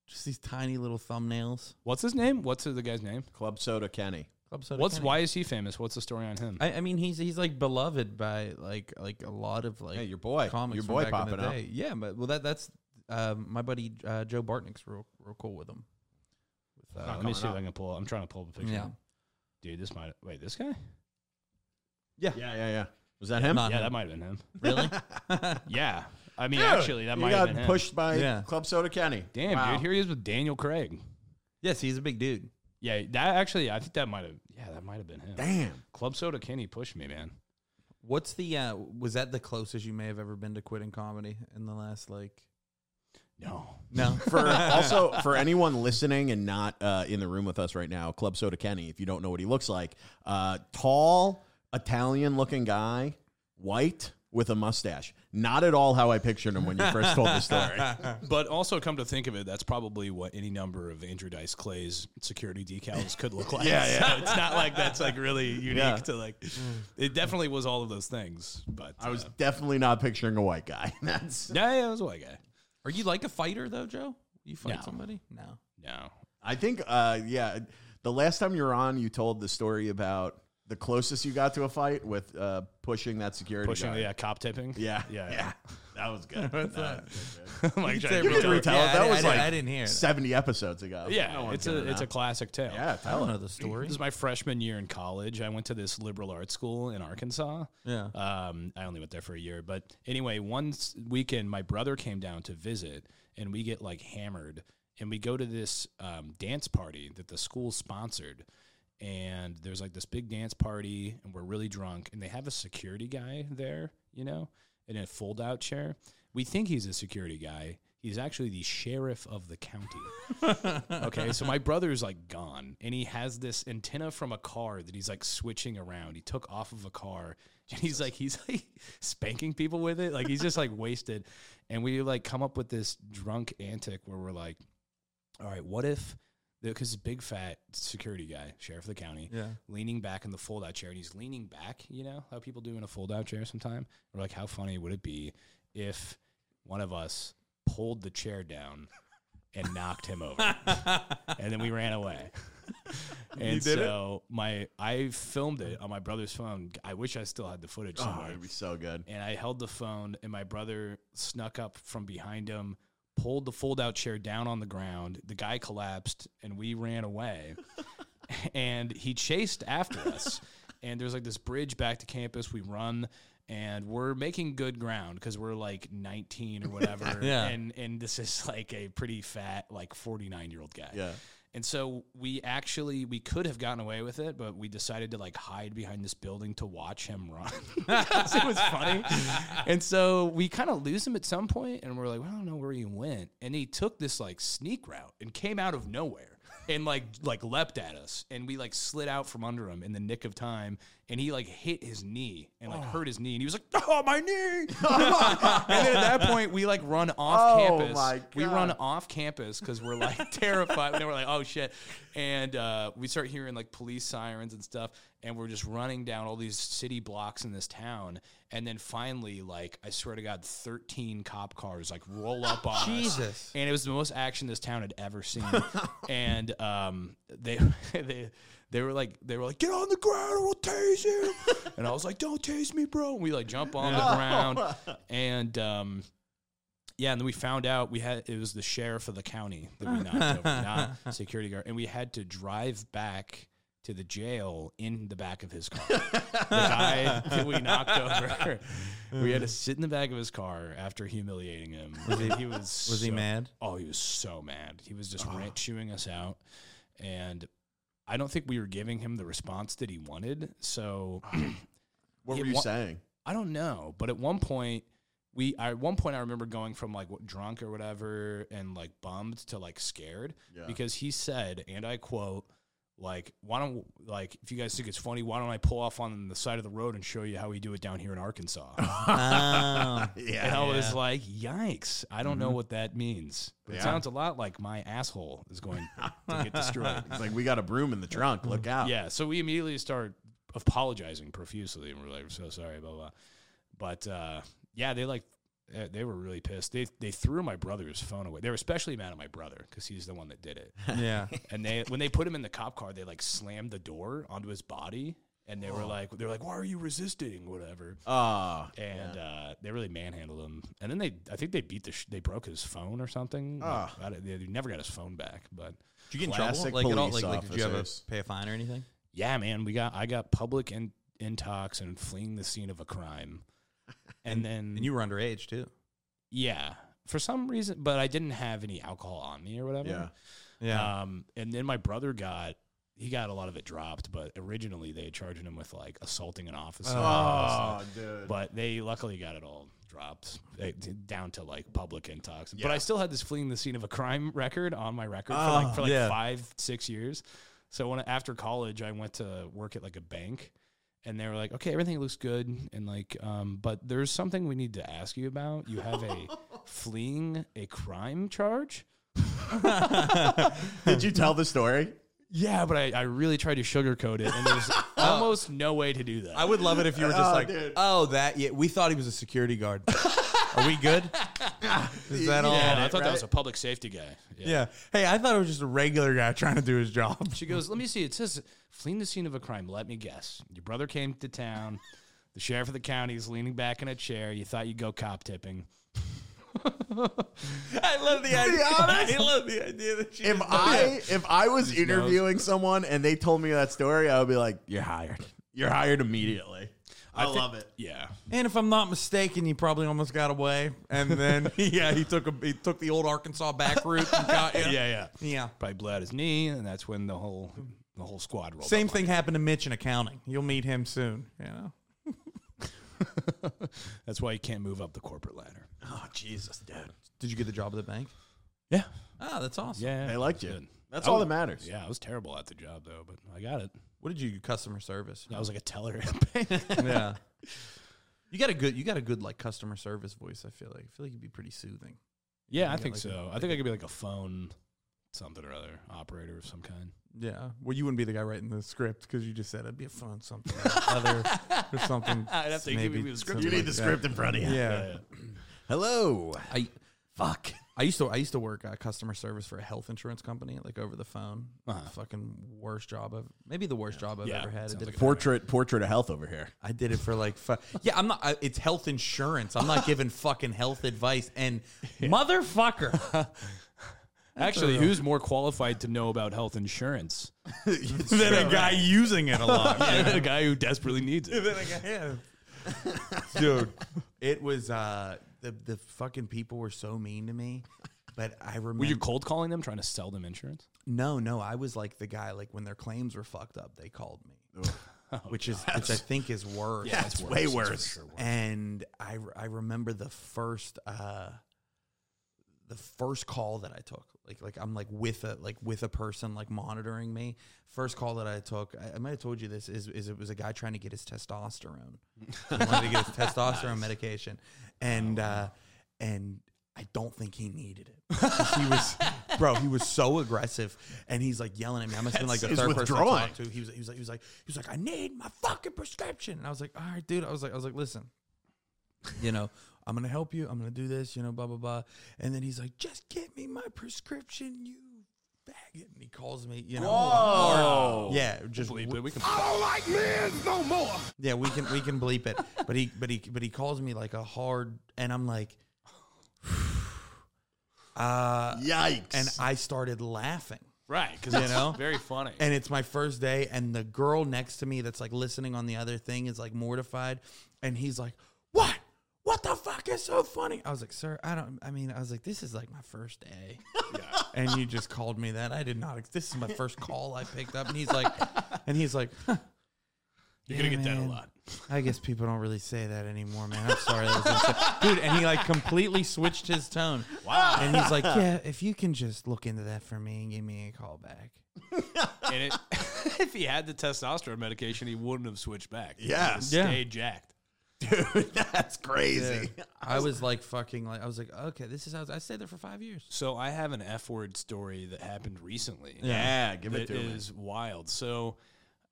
C: Just these tiny little thumbnails.
G: What's his name? What's the guy's name?
A: Club Soda Kenny.
C: Club Soda
G: What's
C: Kenny.
G: why is he famous? What's the story on him?
C: I, I mean, he's he's like beloved by like like a lot of like
A: Hey, your boy.
C: comics.
A: Your
C: from
A: boy
C: back in the
A: popping up.
C: day. Yeah, but well, that that's um, my buddy uh, Joe Bartnick's real real cool with him. With,
G: Uh,
C: uh,
G: let me see
A: coming
G: if I can pull. I'm trying to pull up a picture.
C: Yeah.
G: Dude, this might. Wait, this guy?
A: Yeah, yeah, yeah. Was that him?
C: Not
G: Yeah,
C: him.
G: that might have been him.
C: really.
G: Yeah. I mean,
A: Dude,
G: actually, that
A: you
G: might
A: got
G: have been him.
A: pushed by
C: Yeah.
A: Club Soda Kenny.
G: Damn,
A: Wow.
G: dude, here he is with Daniel Craig.
C: yes, he's a big dude.
G: Yeah, that actually, I think that might have. Yeah, that might have been him.
A: Damn.
G: Club Soda Kenny pushed me, man.
C: What's the uh, was that the closest you may have ever been to quitting comedy in the last like
G: No,
C: no
A: For also for anyone listening and not uh, in the room with us right now, Club Soda Kenny. If you don't know what he looks like, uh, tall Italian looking guy, white with a mustache. Not at all how I pictured him when you first told the story.
G: but also come to think of it, that's probably what any number of Andrew Dice Clay's security decals could look like. yeah, yeah. it's not like that's like really unique
A: Yeah.
G: to like. It definitely was all of those things, but
A: I was
G: uh,
A: definitely not picturing a white guy. That's
G: yeah, yeah, I was a white guy.
C: Are you like a fighter though, Joe? You fight
G: No.
C: somebody? No.
G: No,
A: I think uh yeah, the last time you were on you told the story about the closest you got to a fight with uh pushing that security
G: pushing
A: guard.
G: the uh, cop tipping.
A: Yeah.
G: yeah,
A: That was good. Uh, That was good, dude.
G: I'm like, trying to
A: You can
G: retell-
A: retell
C: Yeah,
A: it.
C: I
A: That
C: didn't-
A: was
C: I didn't-
A: like
C: I didn't hear it.
A: 70 episodes ago.
G: yeah,
A: No one's
G: it's a
A: gonna
G: it's
A: know.
G: a classic tale.
A: Yeah,
C: I don't
A: tell
C: know
A: it.
C: the story.
G: This is my freshman year in college. I went to this liberal arts school in Arkansas.
C: Yeah.
G: Um, I only went there for a year, but anyway, one s- weekend my brother came down to visit, and we get like hammered, and we go to this um, dance party that the school sponsored, and there's like this big dance party, and we're really drunk, and they have a security guy there, you know, in a fold out chair. We think he's a security guy. He's actually the sheriff of the county. okay, so my brother's like gone, and he has this antenna from a car that he's like switching around. He took off of a car, and he's like he's like spanking people with it. Like he's just like wasted, and we like come up with this drunk antic where we're like, all right, what if? Because big fat security guy, sheriff of the county,
C: Yeah.
G: leaning back in the fold out chair, and he's leaning back. You know how people do in a fold out chair sometime. We're like, how funny would it be if one of us pulled the chair down and knocked him over, and then we ran away. And
C: did it?
G: so my I filmed it on my brother's phone. I wish I still had the footage
A: Oh,
G: somewhere.
A: it'd be so good.
G: and I held the phone, and my brother snuck up from behind him, pulled the fold out chair down on the ground. The guy collapsed, and we ran away. and he chased after us. and there's like this bridge back to campus. We run. And we're making good ground because we're like 19 or whatever,
C: Yeah.
G: and and this is like a pretty fat like 49 year old guy,
A: Yeah.
G: and so we actually we could have gotten away with it, but we decided to like hide behind this building to watch him run. 'Cause it was funny. And so we kind of lose him at some point and we're like, well, I don't know where he went. And he took this like sneak route and came out of nowhere and like like leapt at us and we like slid out from under him in the nick of time and he like hit his knee and like hurt his knee and he was like oh my knee and then at that point we like run off
A: Oh,
G: campus
A: my
G: we run
A: God.
G: off campus because we're like terrified. And then we're like, oh shit. And uh, we start hearing like police sirens and stuff. And we're just running down all these city blocks in this town. And then finally, like, I swear to God, 13 cop cars like roll up on us.
C: Jesus.
G: And it was the most action this town had ever seen. and um, they, they, they were like, they were like, get on the ground or we'll tase you. and I was like, don't tase me, bro. And we like jump on the ground. And, um, yeah, and then we found out we had it was the sheriff of the county that we knocked over, not security guard, and we had to drive back to the jail in the back of his car. the guy that we knocked over, we had to sit in the back of his car after humiliating him. Was he, was
C: Was he
G: so-
C: mad?
G: Oh, he was so mad. He was just rant chewing us out, and I don't think we were giving him the response that he wanted. So
A: What
G: Yeah,
A: were you
G: wha-
A: saying?
G: I don't know, but at one point we I, at one point I remember going from like what, drunk or whatever and like bummed to like scared
A: Yeah.
G: because he said, and I quote, like why don't like if you guys think it's funny, why don't I pull off on the side of the road and show you how we do it down here in Arkansas?
C: Oh.
G: and
A: Yeah. Mm-hmm.
G: I was like, yikes! I don't know what that means. But
A: Yeah.
G: It sounds a lot like my asshole is going to get destroyed.
A: It's like we got a broom in the trunk. Look out.
G: Yeah, so we immediately start apologizing profusely, and we're like, "We're so sorry," blah blah. But uh, yeah, they like eh, they were really pissed. They they threw my brother's phone away. They were especially mad at my brother because he's the one that did it.
C: yeah.
G: and they when they put him in the cop car, they like slammed the door onto his body, and they were like, "They're like, why are you resisting?" Whatever.
A: Oh,
G: And uh, they really manhandled him, and then they I think they beat the sh- they broke his phone or something.
A: Ah.
G: I don't- they never got his phone back, but.
C: Did you get in
A: Classic
C: trouble? Like, at all,
A: police
C: like, like, did you ever
A: officers.
C: pay a fine or anything?
G: yeah, man, we got I got public in, intox and fleeing the scene of a crime, and then
C: And you were underage too.
G: yeah for some reason, but I didn't have any alcohol on me or whatever.
A: yeah.
G: Um, and then my brother got he got a lot of it dropped, but originally they had charged him with like assaulting an officer. and all this stuff.
A: Oh, dude.
G: But they luckily got it all dropped eh, d- down to like public intox. But I still had this fleeing the scene of a crime record on my record for like for like
C: yeah.
G: five six years. So when after college, I went to work at like a bank, and they were like, "Okay, everything looks good," and like, um, "But there's something we need to ask you about. You have a fleeing a crime charge."
A: Did you tell the story?
G: Yeah, but I, I really tried to sugarcoat it, and there's almost no way to do that.
C: I would love it if you were just
A: Oh,
C: like,
A: dude.
C: oh, that. Yeah, we thought he was a security guard. Are we good? Is that all?
G: yeah,
A: on
G: I
A: it,
G: thought that was
A: right?
G: a public safety guy.
C: Yeah. Hey, I thought it was just a regular guy trying to do his job.
G: She goes, Let me see. It says, fleeing the scene of a crime. Let me guess. Your brother came to town. The sheriff of the county is leaning back in a chair. You thought you'd go cop tipping.
C: I love the idea. I love the idea that she.
A: If I if I was interviewing someone and they told me that story, I would be like, "You're hired. You're hired immediately." I,
G: thi-
A: love it.
G: Yeah.
C: and if I'm not mistaken, he probably almost got away. And then yeah, he took a he took the old Arkansas back route. And got,
G: Yeah, yeah.
C: yeah.
G: Probably bled his knee, and that's when the whole the whole squad rolled.
C: Same thing happened to Mitch in accounting. You'll meet him soon. You know.
G: That's why you can't move up the corporate ladder.
A: Oh Jesus, dude.
C: Did you get the job at the bank?
G: Yeah.
C: Ah, that's awesome.
G: Yeah.
A: They liked
G: it's
A: you.
G: good.
A: That's
G: I
A: all
G: was-
A: that matters.
G: Yeah, I was terrible at the job though, but I got it.
C: What did you do? Customer service.
G: I was like a teller at bank.
C: yeah. You got a good you got a good like customer service voice, I feel like. I feel like you'd be pretty soothing.
G: Yeah, I
C: You got
G: think
C: like a-
G: so. I think I could be like a phone something or other operator of some kind.
C: Yeah. Well, you wouldn't be the guy writing the script because you just said it'd be a fun something or other or something.
G: I'd have to give
C: maybe
G: you the script.
C: something
A: You need
C: like
A: the
C: that.
A: script in front of you.
C: Yeah.
A: Hello.
C: I
A: Fuck.
C: I used to I used to work uh, customer service for a health insurance company like over the phone. Fucking worst job I've maybe the worst job I've
G: Yeah,
C: ever had. I
G: sounds
C: did,
G: like
C: it,
G: a-
A: Portrait portrait of health over here.
C: I did it for like fi- yeah. I'm not. I, it's health insurance. I'm not giving fucking health advice. And motherfucker,
G: Actually, who's more qualified to know about health insurance
C: then a guy using it a lot.
G: than a guy who desperately needs it?
C: dude it was uh the the fucking people were so mean to me but i remember
G: Were you cold calling them, trying to sell them insurance?
C: no no i was like the guy like when their claims were fucked up they called me which is which i think is worse
A: That's way worse.
C: and I, re- I remember the first uh the first call that I took like like I'm like with a like with a person like monitoring me first call that I took I, I might have told you this is is it was a guy trying to get his testosterone he wanted to get his testosterone medication and uh and I don't think he needed it 'Cause he was bro he was so aggressive and he's like yelling at me I must have been like the
A: That's
C: third
A: his
C: person I
A: withdrawing.
C: talked to he was he was like he was like he was like I need my fucking prescription and I was like all right dude I was like I was like listen you know, I'm gonna help you. I'm gonna do this, you know, blah blah blah. And then he's like, just get me my prescription, you faggot. And he calls me, you know,
A: Whoa.
C: or- yeah, just
G: Bleep it. We can.
C: yeah, we can we can bleep it. But he but he but he calls me like a hard, and I'm like, uh,
A: Yikes.
C: and I started laughing.
G: Right, because you know, very funny.
C: And it's my first day, and the girl next to me that's like listening on the other thing is like mortified, and he's like, "What? What the fuck is so funny?" I was like, "Sir, I don't. I mean, I was like, this is like my first day, and you just called me that. I did not. ex- This is my first call I picked up, and he's like, and he's like, huh,
G: You're gonna
C: yeah,
G: get that a
C: man.
G: lot.
C: I guess people don't really say that anymore, man. I'm sorry, that was insane. dude. And he like completely switched his tone. Wow. And he's like, yeah, if you can just look into that for me and give me a call back.
G: And it, if he had the testosterone medication, he wouldn't have switched back.
A: Yeah.
G: stay
C: Yeah.
G: jacked.
A: Dude, that's crazy.
C: I was like fucking like I was like okay this is how I stayed there for five years.
G: So I have an F word story that happened recently.
A: Yeah, give it
G: That
A: to me.
G: is wild. So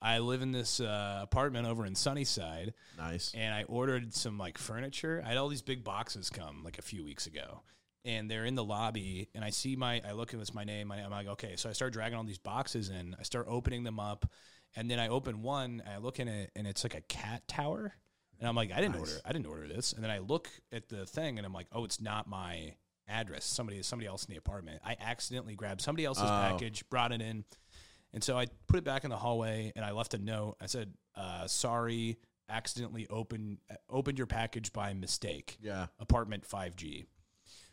G: I live in this uh, apartment over in Sunnyside,
A: Nice.
G: and I ordered some like furniture. I had all these big boxes come like a few weeks ago, and they're in the lobby. And I see my, I look and it's my name. I, I'm like, okay. So I start dragging all these boxes in. I start opening them up, and then I open one. And I look in it, and it's like a cat tower. And I'm like, I didn't order, I didn't order this. And then I look at the thing, and I'm like, oh, it's not my address. Somebody, somebody else in the apartment. I accidentally grabbed somebody else's package, brought it in. And so I put it back in the hallway and I left a note. I said, uh, sorry, accidentally open, opened your package by mistake.
A: Yeah.
G: Apartment 5G.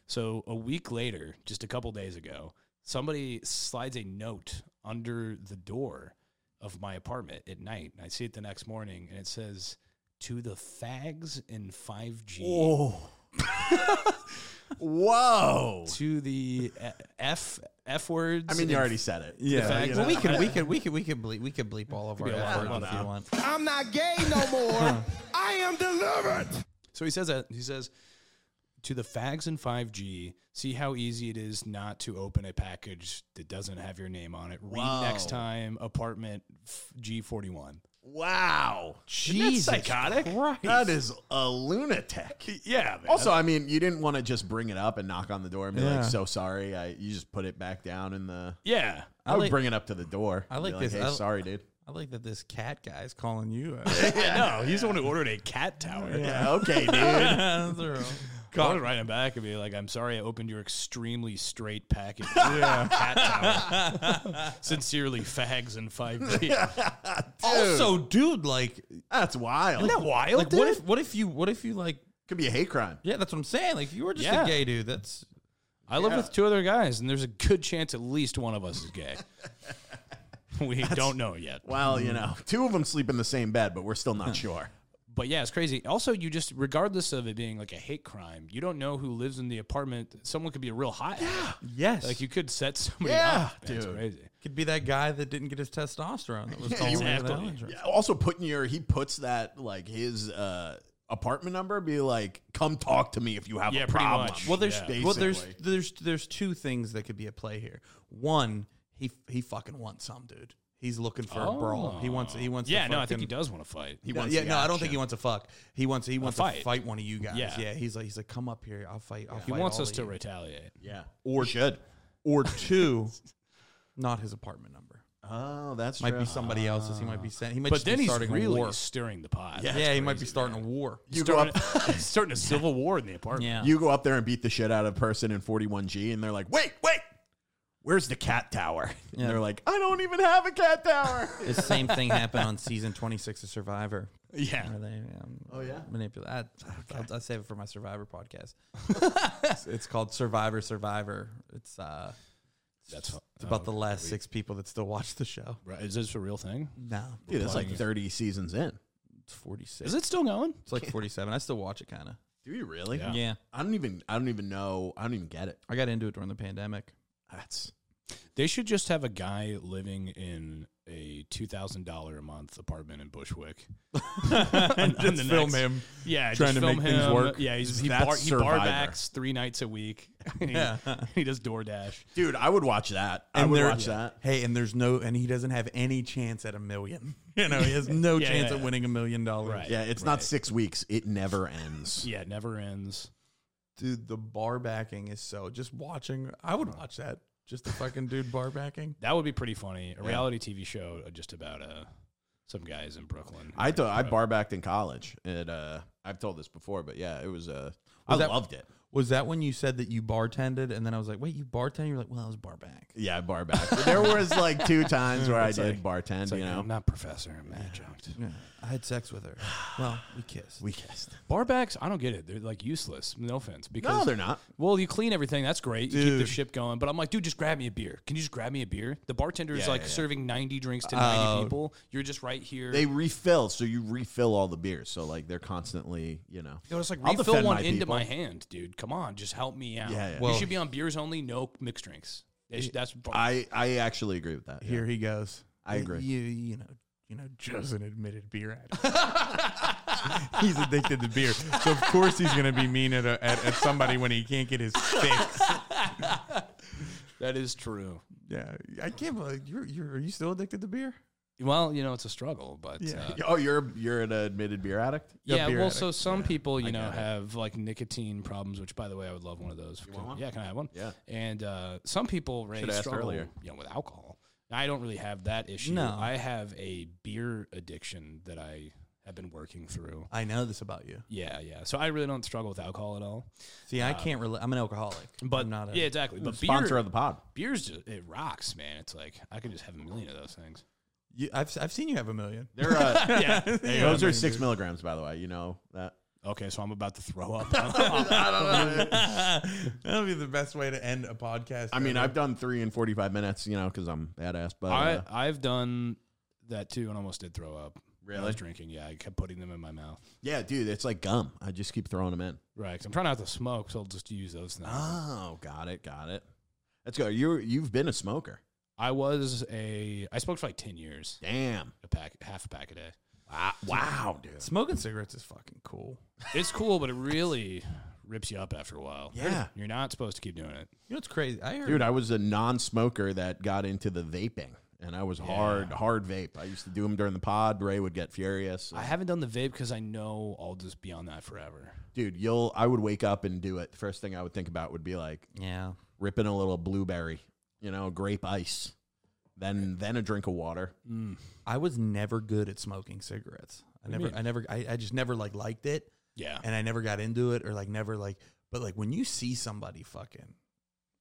G: So a week later, just a couple days ago, somebody slides a note under the door of my apartment at night. I see it the next morning and it says, to the fags in 5G.
A: Oh. Whoa.
G: To the uh, F F words.
A: I mean, you
G: in
A: already said it.
C: Yeah,
G: fact-
C: well, we could we could we could we could bleep we could bleep all of our
G: be a lot
C: efforts
G: of
C: if you want.
E: I'm not gay no more. I am delivered.
G: So he says that he says to the fags in 5G, see how easy it is not to open a package that doesn't have your name on it. Read
A: Wow.
G: next time apartment f- G41.
A: Wow.
C: Jesus
G: psychotic?
C: Christ.
A: That is a lunatic.
G: Yeah.
A: Also, I mean, you didn't want to just bring it up and knock on the door and be
C: Yeah.
A: like, "So sorry." I you just put it back down in the.
G: yeah.
A: I, would
C: like-
A: bring it up to the door.
C: I
A: and be
C: like this.
A: Hey,
C: I-
A: sorry, dude.
C: I like that this cat guy is calling you. Out.
G: No, he's the one who ordered a cat tower.
A: Yeah. Okay, dude.
C: That's a real-
G: I would write him back and be like, I'm sorry I opened your extremely straight package. yeah. Cat tower. Sincerely, fags in 5G.
C: also, dude, like,
A: That's wild.
G: wild?
C: like what if what if you what if you like
A: Could be a hate crime.
C: yeah that's what I'm saying like if you were just
G: Yeah.
C: a gay dude that's
G: I live with two other guys, and there's a good chance at least one of us is gay. we don't know yet.
A: Well,
C: Mm.
A: you know, two of them sleep in the same bed, but we're still not sure.
G: But yeah, it's crazy. Also, you just, regardless of it being like a hate crime, you don't know who lives in the apartment. Someone could be a real hot. Yeah.
C: Yes.
G: Like you could set somebody
A: Yeah,
G: up. That's
A: dude.
G: crazy.
C: could be that guy that didn't get his testosterone that was
A: Yeah,
C: calling
A: exactly.
C: the health insurance.
A: Yeah, also, putting your he puts that like his uh, apartment number, be like, come talk to me if you have
G: Yeah,
A: a
G: pretty
A: problem.
G: much.
C: Well, there's
A: Yeah.
C: well, there's
A: Basically.
C: there's there's two things that could be at play here. One, he he fucking wants some dude. He's looking for a brawl. He wants he wants. to
G: Yeah, no, I think he
C: fucking-
G: does want to fight.
A: He
C: No,
A: wants
C: yeah,
A: the
C: no, I don't think
A: action.
C: he wants to fuck. He wants he wants to
G: fight.
C: fight one of you guys. Yeah,
G: Yeah.
C: he's like he's like come up here. I'll fight. I'll
G: He
C: fight
G: wants
C: all
G: us
C: of
G: to
C: you."
G: retaliate.
A: Yeah, or should.
C: or two, not his apartment number.
A: Oh, that's
C: Might
A: true.
C: be somebody else's. He might be sent. He might.
G: But
C: just be
G: then he's
C: starting a war.
G: really stirring the pot.
C: yeah, he might be starting a war.
A: You go
G: starting,
A: up,
G: starting a civil war in the apartment.
C: Yeah.
A: you go up there and beat the shit out of a person in 41G, and they're like, wait, wait, where's the cat tower?
C: Yeah.
A: And they're like, I don't even have a cat tower.
C: the same thing happened on season 26 of Survivor.
G: Yeah.
C: Where they um, oh
A: yeah?
C: manipulate. I, I'll, I'll save it for my Survivor podcast. it's, it's called Survivor Survivor. It's uh,
G: That's fu- uh,
C: it's about the last six people that still watch the show.
G: Right. Is this a real thing?
C: No,
A: Dude, that's like 30 seasons in.
C: it's 46.
G: Is it still going?
C: It's like 47. I still watch it, kind of.
A: Do you really?
G: Yeah.
C: Yeah,
A: I don't even, I don't even know. I don't even get it.
C: I got into it during the pandemic.
A: That's
G: They should just have a guy living in a two thousand dollar a month apartment in Bushwick. and
C: Just film him
G: Yeah, just
C: trying to
G: film
C: make things
G: him.
C: work.
G: Yeah, he's, he,
A: That's
G: bar, he
A: Survivor.
G: bar backs three nights a week. And he,
C: Yeah.
G: he does DoorDash.
A: Dude, I would watch that. I would
C: there-
A: watch that.
C: Hey, and there's no, and he doesn't have any chance at a million. You know, he has no
G: Yeah,
C: chance
G: yeah,
C: at
G: yeah.
C: winning a million dollars.
G: Right.
A: Yeah, it's not six weeks. It never ends.
G: Yeah, it never ends.
C: dude, the bar backing is so just watching. I would watch that. Just the fucking dude bar backing.
G: That would be pretty funny. A reality TV show just about uh some guys in Brooklyn.
A: I told, I bar backed in college. It, uh, I've told this before, but yeah, it was. Uh, I
C: Was that-
A: loved it.
C: Was that when you said that you bartended? And then I was like, wait, you bartended? You're like, well, I was bar back.
A: Yeah, I bar backed. there was like two times where I did bartend.
G: It's like,
A: you know,
G: I'm not professor. I'm adjunct.
C: Yeah, I had sex with her. Well, we kissed.
A: we kissed.
G: Barbacks, I don't get it. They're like useless. No offense. Because
A: No, they're not.
G: Well, you clean everything. That's great. You keep the
C: Dude.
G: ship going. But I'm like, dude, just grab me a beer. Can you just grab me a beer? The bartender is
A: Yeah,
G: like
A: yeah, yeah.
G: serving 90 drinks to 90 people. You're just right here.
A: They refill, so you refill all the beers. So like they're constantly, you know.
G: Yo, it's like
A: I'll
G: refill
A: defend
G: one
A: my
G: into
A: people.
G: my hand, dude. Come on, just help me out.
A: Yeah, yeah.
C: Well-
G: you should be on beers only, no mixed drinks. They should, that's
A: I I actually agree with that.
C: Here he goes.
A: I agree.
C: You, you know, you know, Joe's an admitted beer addict. he's addicted to beer, so of course he's going to be mean at, a, at at somebody when he can't get his fix.
G: that is true.
C: Yeah, I can't believe you're you're. Are you still addicted to beer?
G: Well, you know, it's a struggle, but
C: Yeah.
G: uh,
A: Yeah. Oh, you're you're an admitted beer addict.
C: Yeah,
G: yeah.
C: beer
G: well,
C: addict.
G: so some people, you know,
A: get it.
G: have like nicotine problems. Which, by the way, I would love one of those. Can- Yeah, can I have one?
A: Yeah.
G: And uh, some people really
A: asked
G: struggle,
A: earlier.
G: you know, with alcohol. I don't really have that issue.
C: No.
G: I have a beer addiction that I have been working through.
C: I know this about you.
G: Yeah, yeah. So I really don't struggle with alcohol at all.
C: See, I can't relate. I'm an alcoholic,
G: But
C: I'm not. A,
G: yeah, exactly. But
A: Sponsor
G: beer,
A: of the pod.
G: beer's just, it rocks, man. It's like I could just have a million of those things.
C: you, I've I've seen you have a million.
A: They're uh,
G: Yeah.
A: hey, those are six milligrams, by the way. You know that.
G: Okay, so I'm about to throw up.
C: That'll be the best way to end a podcast.
A: I mean,
C: ever.
A: I've done three in forty five minutes. You know, because I'm badass. But
G: I
A: uh,
G: I've done that too, and almost did throw up. when I
A: Really?
G: was drinking. Yeah, I kept putting them in my mouth.
A: yeah, dude, it's like gum. I just keep throwing them in.
G: Right, 'cause I'm trying not to smoke, so I'll just use those things.
A: Oh, got it, got it. Let's go. You you've been a smoker.
G: I was a I smoked for like ten years,
A: Damn.
G: a pack, half a pack a day.
A: Wow, wow dude.
C: smoking cigarettes is fucking cool.
G: It's cool, but it really rips you up after a while.
A: Yeah.
G: you're not supposed to keep doing it.
C: You know what's crazy? I heard
A: Dude, I was a non-smoker that got into the vaping, and I was hard, hard vape. I used to do them during the pod. Ray would get furious.
G: I haven't done the vape because I know I'll just be on that forever.
A: Dude, you'll. I would wake up and do it. The first thing I would think about would be like
C: yeah.
A: ripping a little blueberry, you know, grape ice, then then a drink of water.
C: I was never good at smoking cigarettes. I never, I never, I, I just never like liked it,
G: Yeah,
C: and I never got into it, or like never like. But like when you see somebody fucking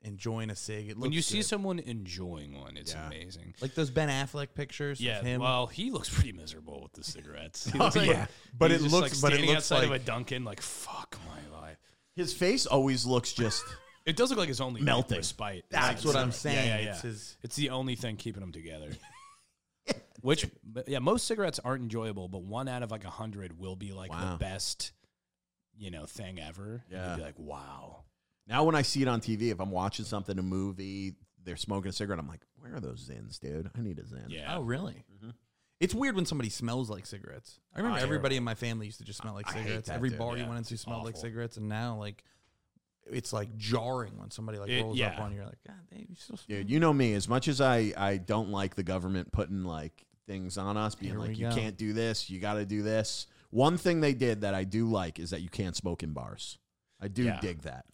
C: enjoying a cig, it
G: when you
C: looks
G: see
C: good.
G: someone enjoying one, it's
A: Yeah.
G: amazing.
C: like those Ben Affleck pictures,
G: Yeah,
C: of him.
G: well, he looks pretty miserable with the cigarettes. He
A: Oh,
G: looks like-
A: yeah.
C: But
G: he's
C: it
G: just,
C: looks-
G: like
C: but it
G: standing
C: looks
G: outside
C: like-
G: of a Dunkin', like fuck my life.
A: His face always looks just.
G: It does look like it's only
A: Melting.
G: Despite
A: That's
C: That's what I'm saying.
G: Yeah, yeah, yeah.
C: It's his.
G: It's the only thing keeping them together. Which, but yeah, most cigarettes aren't enjoyable, but one out of like a hundred will be like
A: Wow.
G: the best, you know, thing ever. And
A: Yeah.
G: you'd be like, wow.
A: Now, when I see it on TV, if I'm watching something, a movie, they're smoking a cigarette, I'm like, where are those Zins, dude? I need a Zin.
G: Yeah.
C: Oh, really? It's weird when somebody smells like cigarettes. I remember everybody in my family used to just smell like
A: I hate
C: cigarettes.
A: that,
C: Every
A: dude.
C: bar
G: Yeah,
C: you went into
G: it's
C: smelled like
G: awful.
C: cigarettes, and now like it's like jarring when somebody like
G: It-
C: rolls up
G: yeah.
C: on you. You're like, God damn, you still smell.
A: Dude, you know me. As much as I, I don't like the government putting like things on us, being
C: Here we
A: like, you
C: go.
A: can't do this, you got to do this. One thing they did that I do like is that you can't smoke in bars. I do
G: Yeah.
A: dig that.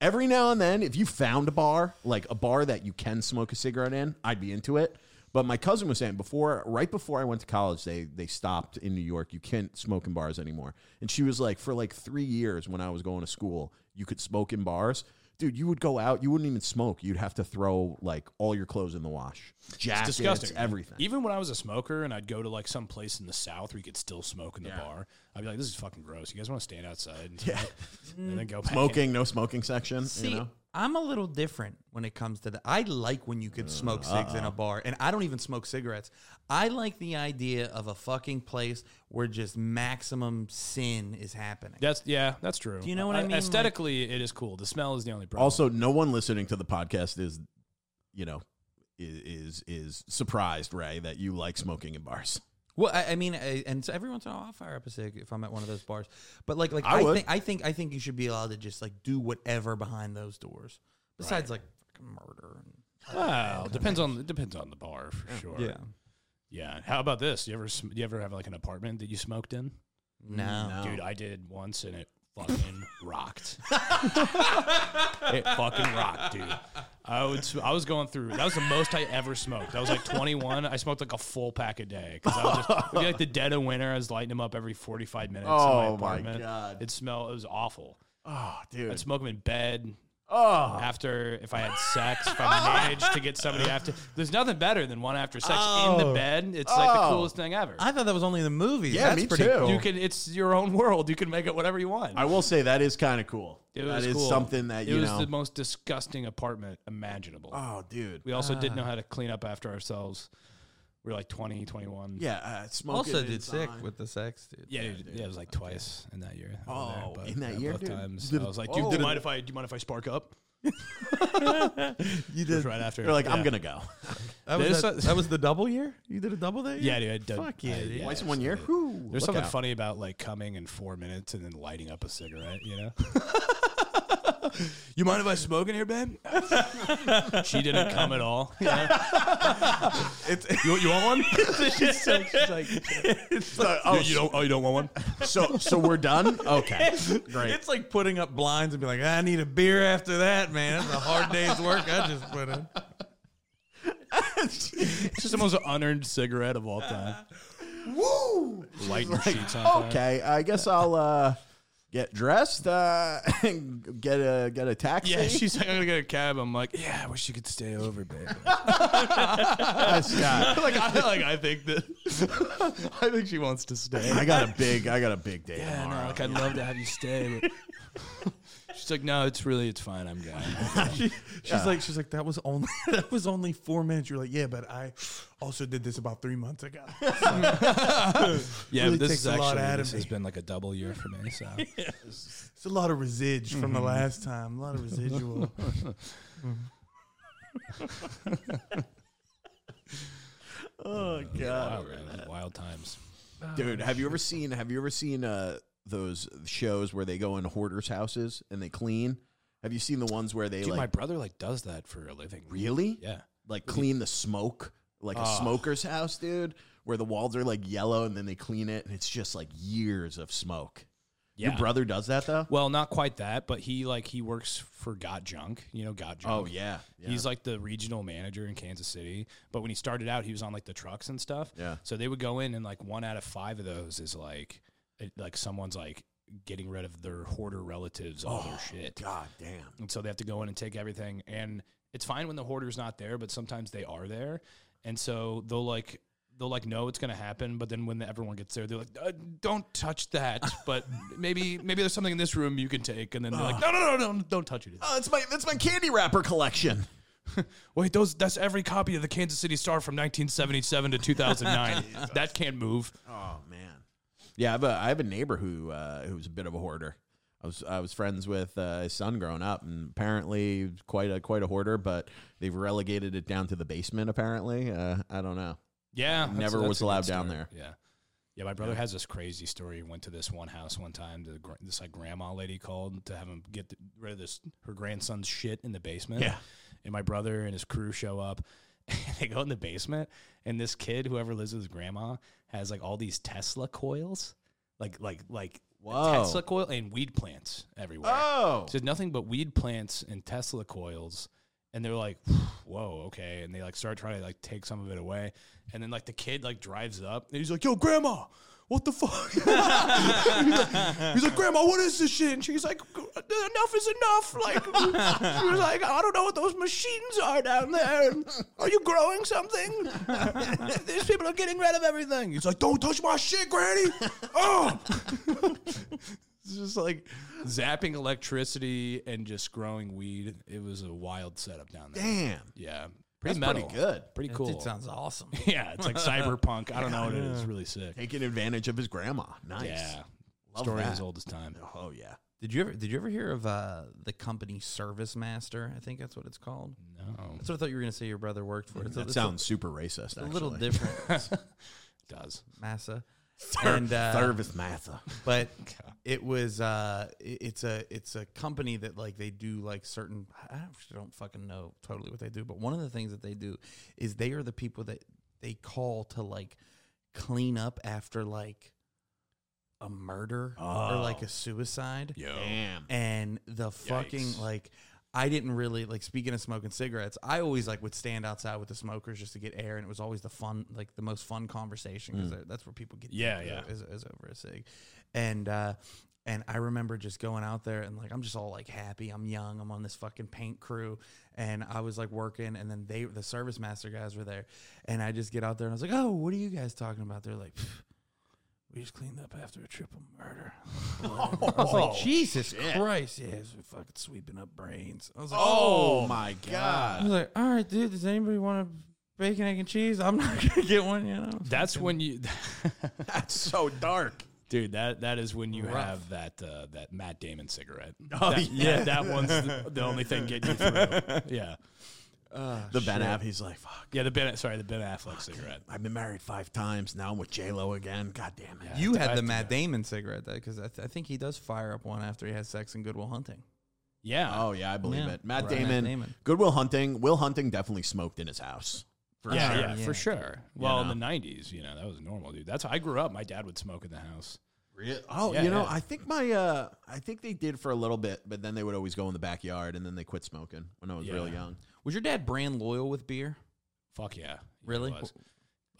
A: Every now and then, if you found a bar, like a bar that you can smoke a cigarette in, I'd be into it. But my cousin was saying before, right before I went to college, they they stopped in New York. You can't smoke in bars anymore. And she was like, for like three years when I was going to school, you could smoke in bars. Dude, you would go out, you wouldn't even smoke. You'd have to throw like all your clothes in the wash. Jackets,
G: It's disgusting.
A: everything.
G: Even when I was a smoker and I'd go to like some place in the South where you could still smoke in the bar, I'd be like, this is fucking gross. You guys want to stand outside and, yeah. and then go back in?"
A: smoking, no smoking section.
C: See,
A: you know?
C: I'm a little different when it comes to that. I like when you could smoke
A: Uh-uh.
C: cigs in a bar, and I don't even smoke cigarettes. I like the idea of a fucking place where just maximum sin is happening.
G: That's yeah, that's true. Do
C: you know what I mean? Like-
G: Aesthetically, it is cool. The smell is the only problem.
A: Also, no one listening to the podcast is, you know, i- is is surprised, Ray, that you like smoking in bars.
C: Well, I, I mean, I, and so every once in a while, I'll fire up a cig if I'm at one of those bars. But like, like
A: I
C: I,
A: would.
C: think, I think, I think you should be allowed to just like do whatever behind those doors. Besides, like fucking murder.
G: Wow, depends on it depends on the bar for sure.
C: And, yeah.
G: yeah. How about this? You ever sm- you ever have like an apartment that you smoked in?
B: Mm-hmm.
C: No.
G: Dude, I did once and it fucking rocked. it fucking rocked, dude. I would sm- I was going through. That was the most I ever smoked. I was like 21. I smoked like a full pack a day because I was just it'd be like the dead of winter. I was lighting them up every 45 minutes. in
A: Oh,
G: my,
A: my
G: apartment.
A: God.
G: It smelled. It was awful.
A: Oh,
G: I'd
A: dude.
G: smoke them in bed.
A: Oh,
G: after if I had sex, if I managed to get somebody after. There's nothing better than one after sex in the bed. It's like the
A: Oh.
G: coolest thing ever.
C: I thought that was only in the movies.
A: Yeah,
C: That's
A: me
C: pretty
A: too.
C: Cool.
G: you can. It's your own world. You can make it whatever you want.
A: I will say that is kind of cool.
G: it
A: that is
G: cool.
A: something that
G: it
A: you
G: was
A: know.
G: the most disgusting apartment imaginable.
A: oh, dude.
G: we also didn't know how to clean up after ourselves. We were like 20, 21.
A: Yeah, uh, smoking.
C: also did
A: inside.
C: sick with the sex, dude.
G: Yeah, dude, yeah, it was like twice in that year. I was
A: Oh, in that year,
G: both
A: dude?
G: times.
A: Did-
G: I was like, "Dude, do
A: oh.
G: you mind if I do you mind if I spark up?"
C: You
G: It was
C: did.
G: right after.
A: They're like,
G: yeah.
A: I'm gonna go.
C: That was,
G: This-
C: that, that was the double year. You did a double that year.
G: Yeah, dude. I did,
C: Fuck yeah,
G: I-
C: dude.
A: Twice in one year. Whew,
G: There's
A: look
G: something
A: out.
G: funny about like coming in four minutes and then lighting up a cigarette, you know? you mind if I smoke in here, babe? she didn't come at all. You, know? you, you want one? she's, so- she's like,
A: So- oh,
G: "You- you don't, oh, you don't want one?
A: so so we're done. Okay, great.
C: It's like putting up blinds and be like, I need a beer after that, man. That's a hard day's work I just put in.
G: It's just the most unearned cigarette of all time.
A: Woo!
G: Lighting sheets on fire.
A: Okay, I guess I'll uh, get dressed uh, and get a get a taxi.
G: Yeah, she's like, I'm gonna get a cab. I'm like, yeah, I wish you could stay over, babe.
A: Scott.
G: like, I, like, I think that, I think she wants to stay.
A: I got a big I got a big day
G: Yeah,
A: tomorrow.
G: no, like I'd love to have you stay, but she's like, no, it's really, it's fine. I'm going.
B: She, she's like, she's like, that was only, that was only four minutes. You're like, yeah, but I also did this about three months ago.
G: Yeah,
B: Really
G: but this
B: takes
G: is
B: a lot
G: actually
B: out of
G: this has
B: me.
G: been like a double year for me. So
B: It's a lot of residue from
C: Mm-hmm.
B: the last time. A lot of residual.
A: Oh god.
G: wow, man, wild times.
A: Dude, have you ever seen have you ever seen uh those shows where they go in hoarders' houses and they clean? Have you seen the ones where they
G: Dude,
A: like
G: my brother like does that for a living.
A: really
G: Yeah.
A: like clean the smoke like a smoker's house, dude, where the walls are like yellow and then they clean it and it's just like years of smoke.
G: Yeah.
A: Your brother does that though?
G: Well, not quite that, but he like he works for Got Junk. You know, Got Junk.
A: Oh yeah. yeah.
G: He's like the regional manager in Kansas City. But when he started out, he was on like the trucks and stuff.
A: Yeah.
G: So they would go in and like one out of five of those is like it, like someone's like getting rid of their hoarder relatives, all their shit.
A: God damn.
G: And so they have to go in and take everything. And it's fine when the hoarder's not there, but sometimes they are there. And so they'll like they'll like know it's gonna happen, but then when everyone gets there, they're like, uh, "Don't touch that." But maybe maybe there's something in this room you can take. And then they're like, "No, no, no, no, don't touch it."
A: Oh, that's my that's my candy wrapper collection.
G: Wait, those that's every copy of the Kansas City Star from 1977 to 2009. that can't move.
A: Oh man. Yeah, I have a, I have a neighbor who uh, who's a bit of a hoarder. I was I was friends with uh, his son growing up, and apparently he was quite a quite a hoarder. But they've relegated it down to the basement. Apparently, uh, I don't know.
G: Yeah,
A: Never was
G: a good
A: allowed down
G: story. Yeah, yeah. My brother has this crazy story. He went to this one house one time. The, gr- this like grandma lady called to have him get th- rid of this her grandson's shit in the basement.
A: Yeah.
G: and my brother and his crew show up. And they go in the basement, and this kid, whoever lives with his grandma, has like all these Tesla coils, like like like
A: Whoa.
G: Tesla coil and weed plants everywhere.
A: Oh,
G: So there's nothing but weed plants and Tesla coils. And they're like, whoa, okay. And they like start trying to like take some of it away. And then like the kid like drives up and he's like, yo, grandma, what the fuck? he's, like, he's like, grandma, what is this shit? And she's like, enough is enough. Like, she was like, I don't know what those machines are down there. Are you growing something? These people are getting rid of everything. He's like, don't touch my shit, granny. Oh, it's just like zapping electricity and just growing weed. It was a wild setup down there.
A: damn,
G: Yeah,
A: that's
G: pretty metal.
A: pretty good.
G: Pretty
C: That
G: cool.
C: dude sounds awesome.
G: yeah, it's like cyberpunk. I don't know what it is. It's really sick.
A: Taking advantage of his grandma. Nice.
G: Yeah,
A: Love
G: story
A: that.
G: as old as time.
A: Oh yeah.
C: Did you ever did you ever hear of uh, the company Service Master? I think that's what it's called.
G: No,
C: That's what I thought you were going to say your brother worked for. It's a-
A: That
C: it's a-
A: sounds super racist.
C: a little
A: actually.
C: different,
G: it does.
C: Massa.
A: Ser-
C: And, uh,
A: service matha.
C: but it was uh i- it's a it's a company that like they do like certain I don't- actually don't fucking know totally what they do but one of the things that they do is they are the people that they call to like clean up after like a murder or like a suicide
G: Yo,
A: Damn.
C: and the fucking
G: Yikes.
C: like I didn't really like speaking of smoking cigarettes. I always like would stand outside with the smokers just to get air, and it was always the fun, like the most fun conversation because that's where people get
G: Mm. Yeah,
C: deep,
G: yeah.
C: uh, Is, is over a cig, and uh, and I remember just going out there and like I'm just all like happy. I'm young. I'm on this fucking paint crew, and I was like working, and then they the service master guys were there, and I just get out there and I was like, oh, what are you guys talking about? They're like. We just cleaned up after a triple murder. I was like, Jesus Christ, yeah, it's fucking sweeping up brains. I was like,
A: Oh, my god.
C: I was like, all right, dude, does anybody want a bacon, egg, and cheese? I'm not gonna get one, you know.
G: that's when you,
A: That's so dark.
G: dude. That that is when you
C: Rough.
G: have that uh, that Matt Damon cigarette. Oh that, that, that one's the, the only thing getting you through. Yeah,
C: Oh,
A: The Ben App. He's like, fuck.
G: yeah. The Ben, sorry, the Ben Affleck cigarette.
A: I've been married five times. Now I'm with J Lo again. God damn it.
C: You had the Matt Damon cigarette though, because I, th- I think he does fire up one after he has sex in Goodwill Hunting.
G: Yeah.
A: Oh yeah, I believe
C: Yeah.
A: it. Matt
C: Right.
A: Damon,
C: Matt Damon.
A: Goodwill Hunting. Will Hunting definitely smoked in his house. For
G: yeah,
A: sure.
G: yeah,
C: Yeah.
G: for sure. Well, in the '90s, you know, that was normal, dude. That's how I grew up. My dad would smoke in the house.
A: Oh,
G: Yeah,
A: you know,
G: yeah.
A: I think my uh I think they did for a little bit, but then they would always go in the backyard and then they quit smoking when I was
G: Yeah.
A: really young.
C: Was your dad brand loyal with beer?
G: Fuck yeah,
C: Really?
G: It was.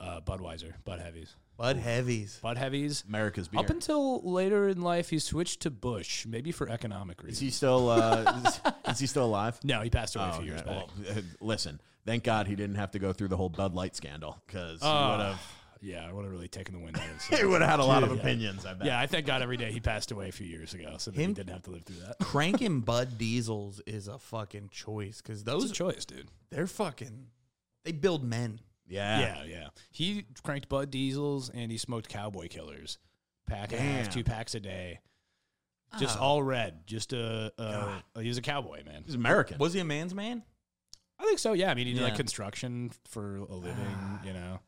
G: Uh, Budweiser, Bud Heavies,
C: Bud Heavies.
G: Bud Heavies.
A: America's beer.
G: Up until later in life, he switched to Bush, maybe for economic
A: is
G: reasons.
A: he still uh is, is he still alive?
G: no, he passed away a
A: Oh,
G: few years
A: okay.
G: back.
A: Well, uh, listen, thank God he didn't have to go through the whole Bud Light scandal because
G: Ah.
A: he would have
G: yeah, I would have really taken the wind out of his
A: he
G: sails.
A: would have had a lot of opinions. I bet.
G: Yeah, I thank God every day he passed away a few years ago, so that
C: Him-
G: he didn't have to live through that.
C: Cranking Bud Diesels is a fucking choice because
G: It's
C: those
G: a choice, dude.
C: they're fucking they build men.
A: yeah,
G: Yeah, yeah. He cranked Bud Diesels and he smoked Cowboy Killers, pack and a half,
A: Damn.
G: two packs a day, just all red. Just a, a he was a cowboy man.
A: He's American.
C: Was he a man's man?
G: I think so. Yeah, I mean, he did like
C: Yeah.
G: construction for a living. You know,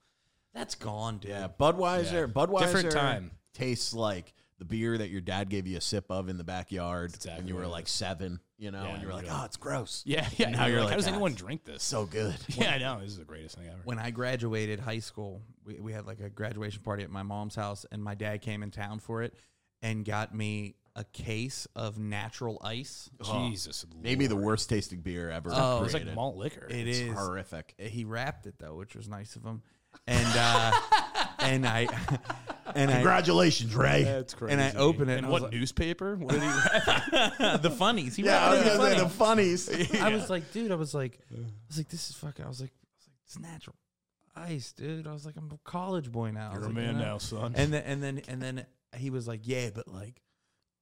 C: That's gone, dude.
A: Yeah, Budweiser.
G: Yeah.
A: Budweiser
G: Different time.
A: tastes like the beer that your dad gave you a sip of in the backyard
G: exactly
A: when you
G: what
A: were
G: it
A: like seven. You know,
G: Yeah,
A: and you were like,
G: you
A: "Oh, it's gross."
G: yeah, yeah.
A: Now you're like,
G: how does
A: "Ah,
G: anyone drink this?
A: so good.
G: yeah, I know. This is the greatest thing ever.
C: when I graduated high school, we, we had like a graduation party at my mom's house, and my dad came in town for it and got me a case of natural ice.
G: Jesus,
A: Maybe
G: Lord.
A: the worst tasting beer ever.
C: Oh,
G: it
A: created.
G: was like malt liquor.
C: It
A: It's
C: is.
A: horrific.
C: He wrapped it though, which was nice of him. And uh, and I and I
A: Congratulations, Ray.
G: That's crazy.
C: and I opened it.
G: And,
C: and I was
G: what newspaper? What did he?
C: like, the funnies? He
A: yeah, I was
C: wrapped it in
A: gonna say
C: the
A: the funnies.
C: funnies. I was like, dude, I was like, I was like, this is fucking. I was like, I was like, it's natural ice, dude. I was like, I'm a college boy now. I was like, you know?
G: son.
C: and then and then and then he was like, "Yeah, but like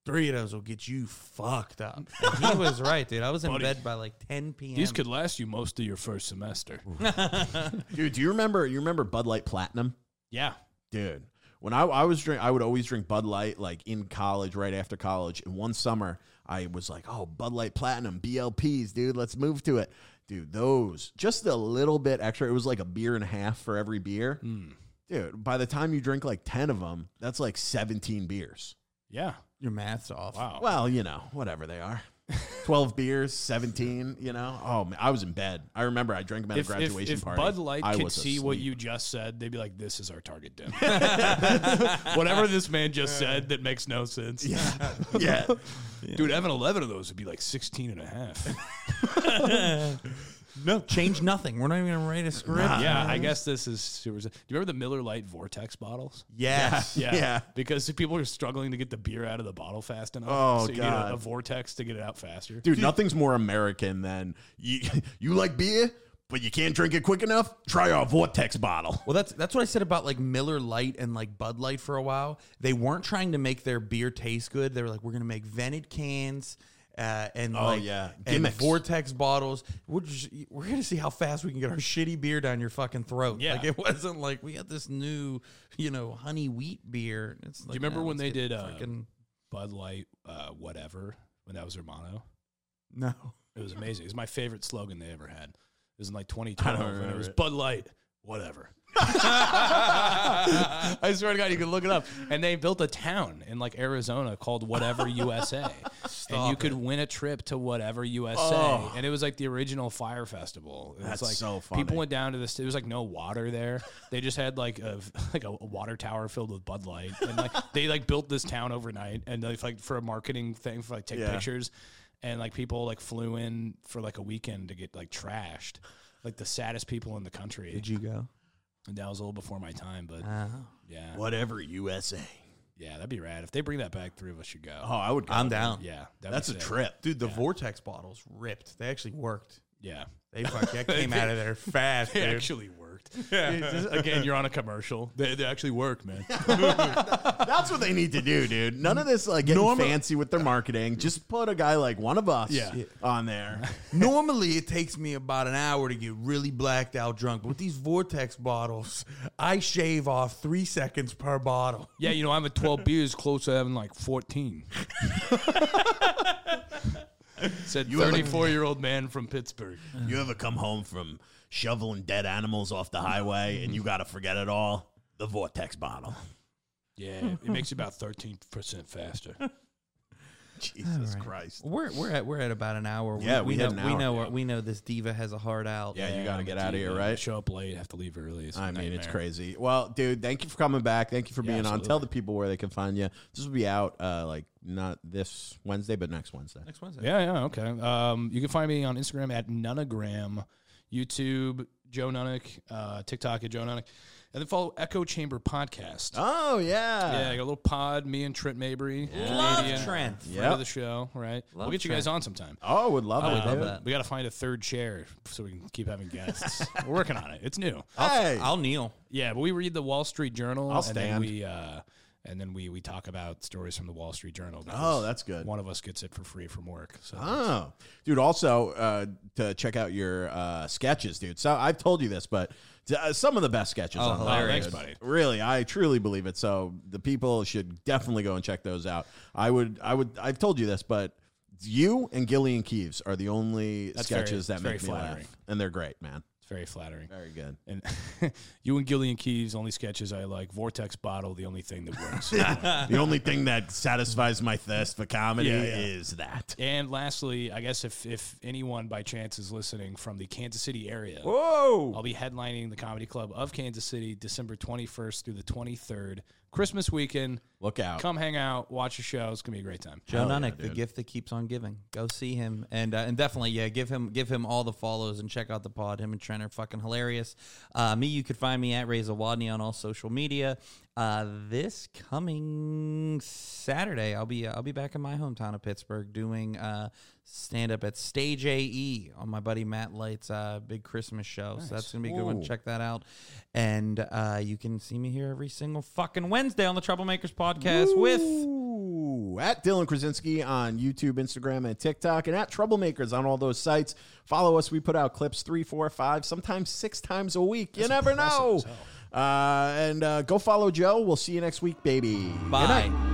C: Three of those will get you fucked up. And he was right, dude. I was in bed by like 10 p.m.
G: These could last you most of your first semester.
A: Mm-hmm. Dude, do you remember you remember Bud Light Platinum?
G: yeah.
A: Dude, when I, I was drink I would always drink Bud Light like in college, right after college. And one summer I was like, Oh, Bud Light Platinum, BLPs, dude, let's move to it. Dude, those just a little bit extra. It was like a beer and a half for every beer.
G: Hmm.
A: Dude, by the time you drink like 10 of them, that's like 17 beers.
G: Yeah.
C: your math's off.
G: Wow.
A: Well, you know, whatever they are. 12 beers, 17, you know? Oh, man, I was in bed. I remember I drank them at
G: If,
A: a
G: if-
A: graduation
G: if
A: party.
G: Bud Light
A: I
G: could
A: was
G: see what
A: asleep.
G: you just said, they'd be like, "This is our target demo." Whatever this man just said that makes no sense.
A: Yeah.
G: Dude, having 11 of those would be like 16 and a half.
C: No, change nothing. We're not even gonna write a script.
G: yeah, I guess this is super. Do you remember the Miller Lite Vortex bottles?
C: Yes.
A: Yeah.
G: Because people are struggling to get the beer out of the bottle fast enough.
A: Oh,
G: so you need a-
A: God.
G: a, Vortex to get it out faster.
A: Dude, nothing's more American than you, you like beer, but you can't drink it quick enough? Try our Vortex bottle.
C: Well, that's that's what I said about like Miller Light and like Bud Light for a while. They weren't trying to make their beer taste good. They were like, we're gonna make vented cans. Uh, and
G: Oh,
C: like
A: yeah.
C: and
A: Gimmicks.
C: vortex bottles. We're, just, we're gonna see how fast we can get our shitty beer down your fucking throat.
G: Yeah.
C: like it wasn't like we got this new, you know, honey wheat beer. It's like,
G: you remember
C: nah,
G: when
C: let's
G: they
C: get
G: did, uh,
C: freaking-
G: Bud Light, uh, whatever, when that was their mono.
C: no,
G: It was amazing. It was my favorite slogan they ever had. It was in like 2012. and it
A: remember
G: was
A: it.
G: Bud Light, whatever. I swear to God, you can look it up. And they built a town in like Arizona called Whatever USA. and you could win a trip to Whatever USA. And it was like the original fire festival. It
A: Oh. That's
G: was like
A: so funny.
G: People went down to this. It was like no water there. They just had like a like a water tower filled with Bud Light. And like they like built this town overnight. And they like for a marketing thing for like take
A: Yeah.
G: pictures. And like people like flew in for like a weekend to get like trashed. Like the saddest people in the country.
C: did you Uh-huh. go?
G: And that was a little before my time, but yeah,
A: Whatever, USA.
G: yeah, that'd be rad. If they bring that back, three of us should go.
A: Oh, I would go.
C: I'm down.
G: yeah, that'd be
A: That's a
G: sick.
A: trip.
C: Dude, the vortex bottles ripped. They actually worked.
G: Yeah,
C: They fucking came out of there fast,
G: it
C: dude.
G: actually worked. Again, you're on a commercial. They, they actually work, man.
A: That's what they need to do, dude. None of this like getting fancy with their marketing. Just put a guy like one of us Uh,
G: Yeah.
A: on there.
C: Normally, it takes me about an hour to get really blacked out drunk, but with these vortex bottles, I shave off three seconds per bottle.
G: yeah, you know, I'm at 12 beers, close to having like 14. Said
A: have like-
G: 34 year old man from Pittsburgh.
A: You ever come home from shoveling dead animals off the highway and you got to forget it all? The Vortex bottle.
G: Yeah, it makes you about 13 percent faster.
A: Jesus Christ.
C: We're we're at we're at about an hour.
A: Yeah, we
C: know
A: had an
C: we
A: hour,
C: know
A: yeah.
C: what- we know this diva has a hard out.
A: Yeah, you got to
G: I'm
A: get
G: a
A: out of here,
G: diva.
A: right?
G: Show up late, have to leave early. It's a
A: I mean, it's
G: nightmare.
A: crazy. Well, dude, thank you for coming back. Thank you for
G: Yeah,
A: being on.
G: absolutely.
A: Tell the people where they can find you. This will be out uh, like not this Wednesday, but next Wednesday.
C: Next Wednesday.
G: Yeah, yeah, okay. Um, you can find me on Instagram at Nunagram, YouTube Joe Nunick, uh, TikTok at Joe Nunick, and then follow Echo Chamber Podcast.
A: Oh
G: Yeah, I
A: yeah,
G: got a little pod. Me and Trent Mabry,
C: Love
G: comedian,
C: Trent.
G: friend
A: Yep.
G: of the show. Right,
C: Love
G: we'll get you guys
C: Trent.
G: on sometime.
A: Oh, would love it.
G: Uh,
A: dude.
C: that.
G: We got to find a third chair so we can keep having guests. We're working on it. It's new.
A: Hey,
C: I'll kneel.
G: Yeah, but we read the Wall Street Journal,
A: I'll
G: and then
A: stand.
G: we uh, and then we we talk about stories from the Wall Street Journal.
A: oh,
G: because
A: that's good.
G: One of us gets it for free from work. So
A: Oh, dude. Also, uh, to check out your uh, sketches, dude. So I've told you this, but uh, some of the best sketches. Oh,
G: hilarious. Thanks, buddy.
A: Really, I truly believe it. So the people should definitely go and check those out. I would, I would, I've told you this, but you and Gillian Keeves are the only
G: very-
A: sketches
G: it's
A: that
G: very
A: make me
G: flattering.
A: laugh, and they're great, man.
G: it's very flattering.
A: Very good.
G: And you and Gillian Keys, only sketches I like. Vortex Bottle, the only thing that works.
A: the only thing that satisfies my thirst for comedy
G: Yeah, yeah.
A: is that.
G: and lastly, I guess if, if anyone by chance is listening from the Kansas City area,
A: Whoa!
G: I'll be headlining the Comedy Club of Kansas City December 21st through the 23rd, Christmas weekend.
A: Look out!
G: Come hang out, watch a show. It's going to be a great time.
C: Joe Nunick, the gift that keeps on giving. Go see him, and uh, and definitely, yeah, give him give him all the follows and check out the pod. Him and Trent are fucking hilarious. Uh, me, you could find me at Reza Wadney on all social media. Uh, this coming Saturday, I'll be uh, I'll be back in my hometown of Pittsburgh doing uh, stand up at Stage AE on my buddy Matt Light's uh, big Christmas show. So that's gonna be a good one. Check that out, and uh, you can see me here every single fucking Wednesday on the Troublemakers podcast with.
A: Ooh. at Dylan Krasinski on YouTube, Instagram, and TikTok, and at Troublemakers on all those sites. Follow us. We put out clips three, four, five, sometimes six times a week. You never know. Uh, and uh, go follow Joe. We'll see you next week, baby. Good night.
C: Bye.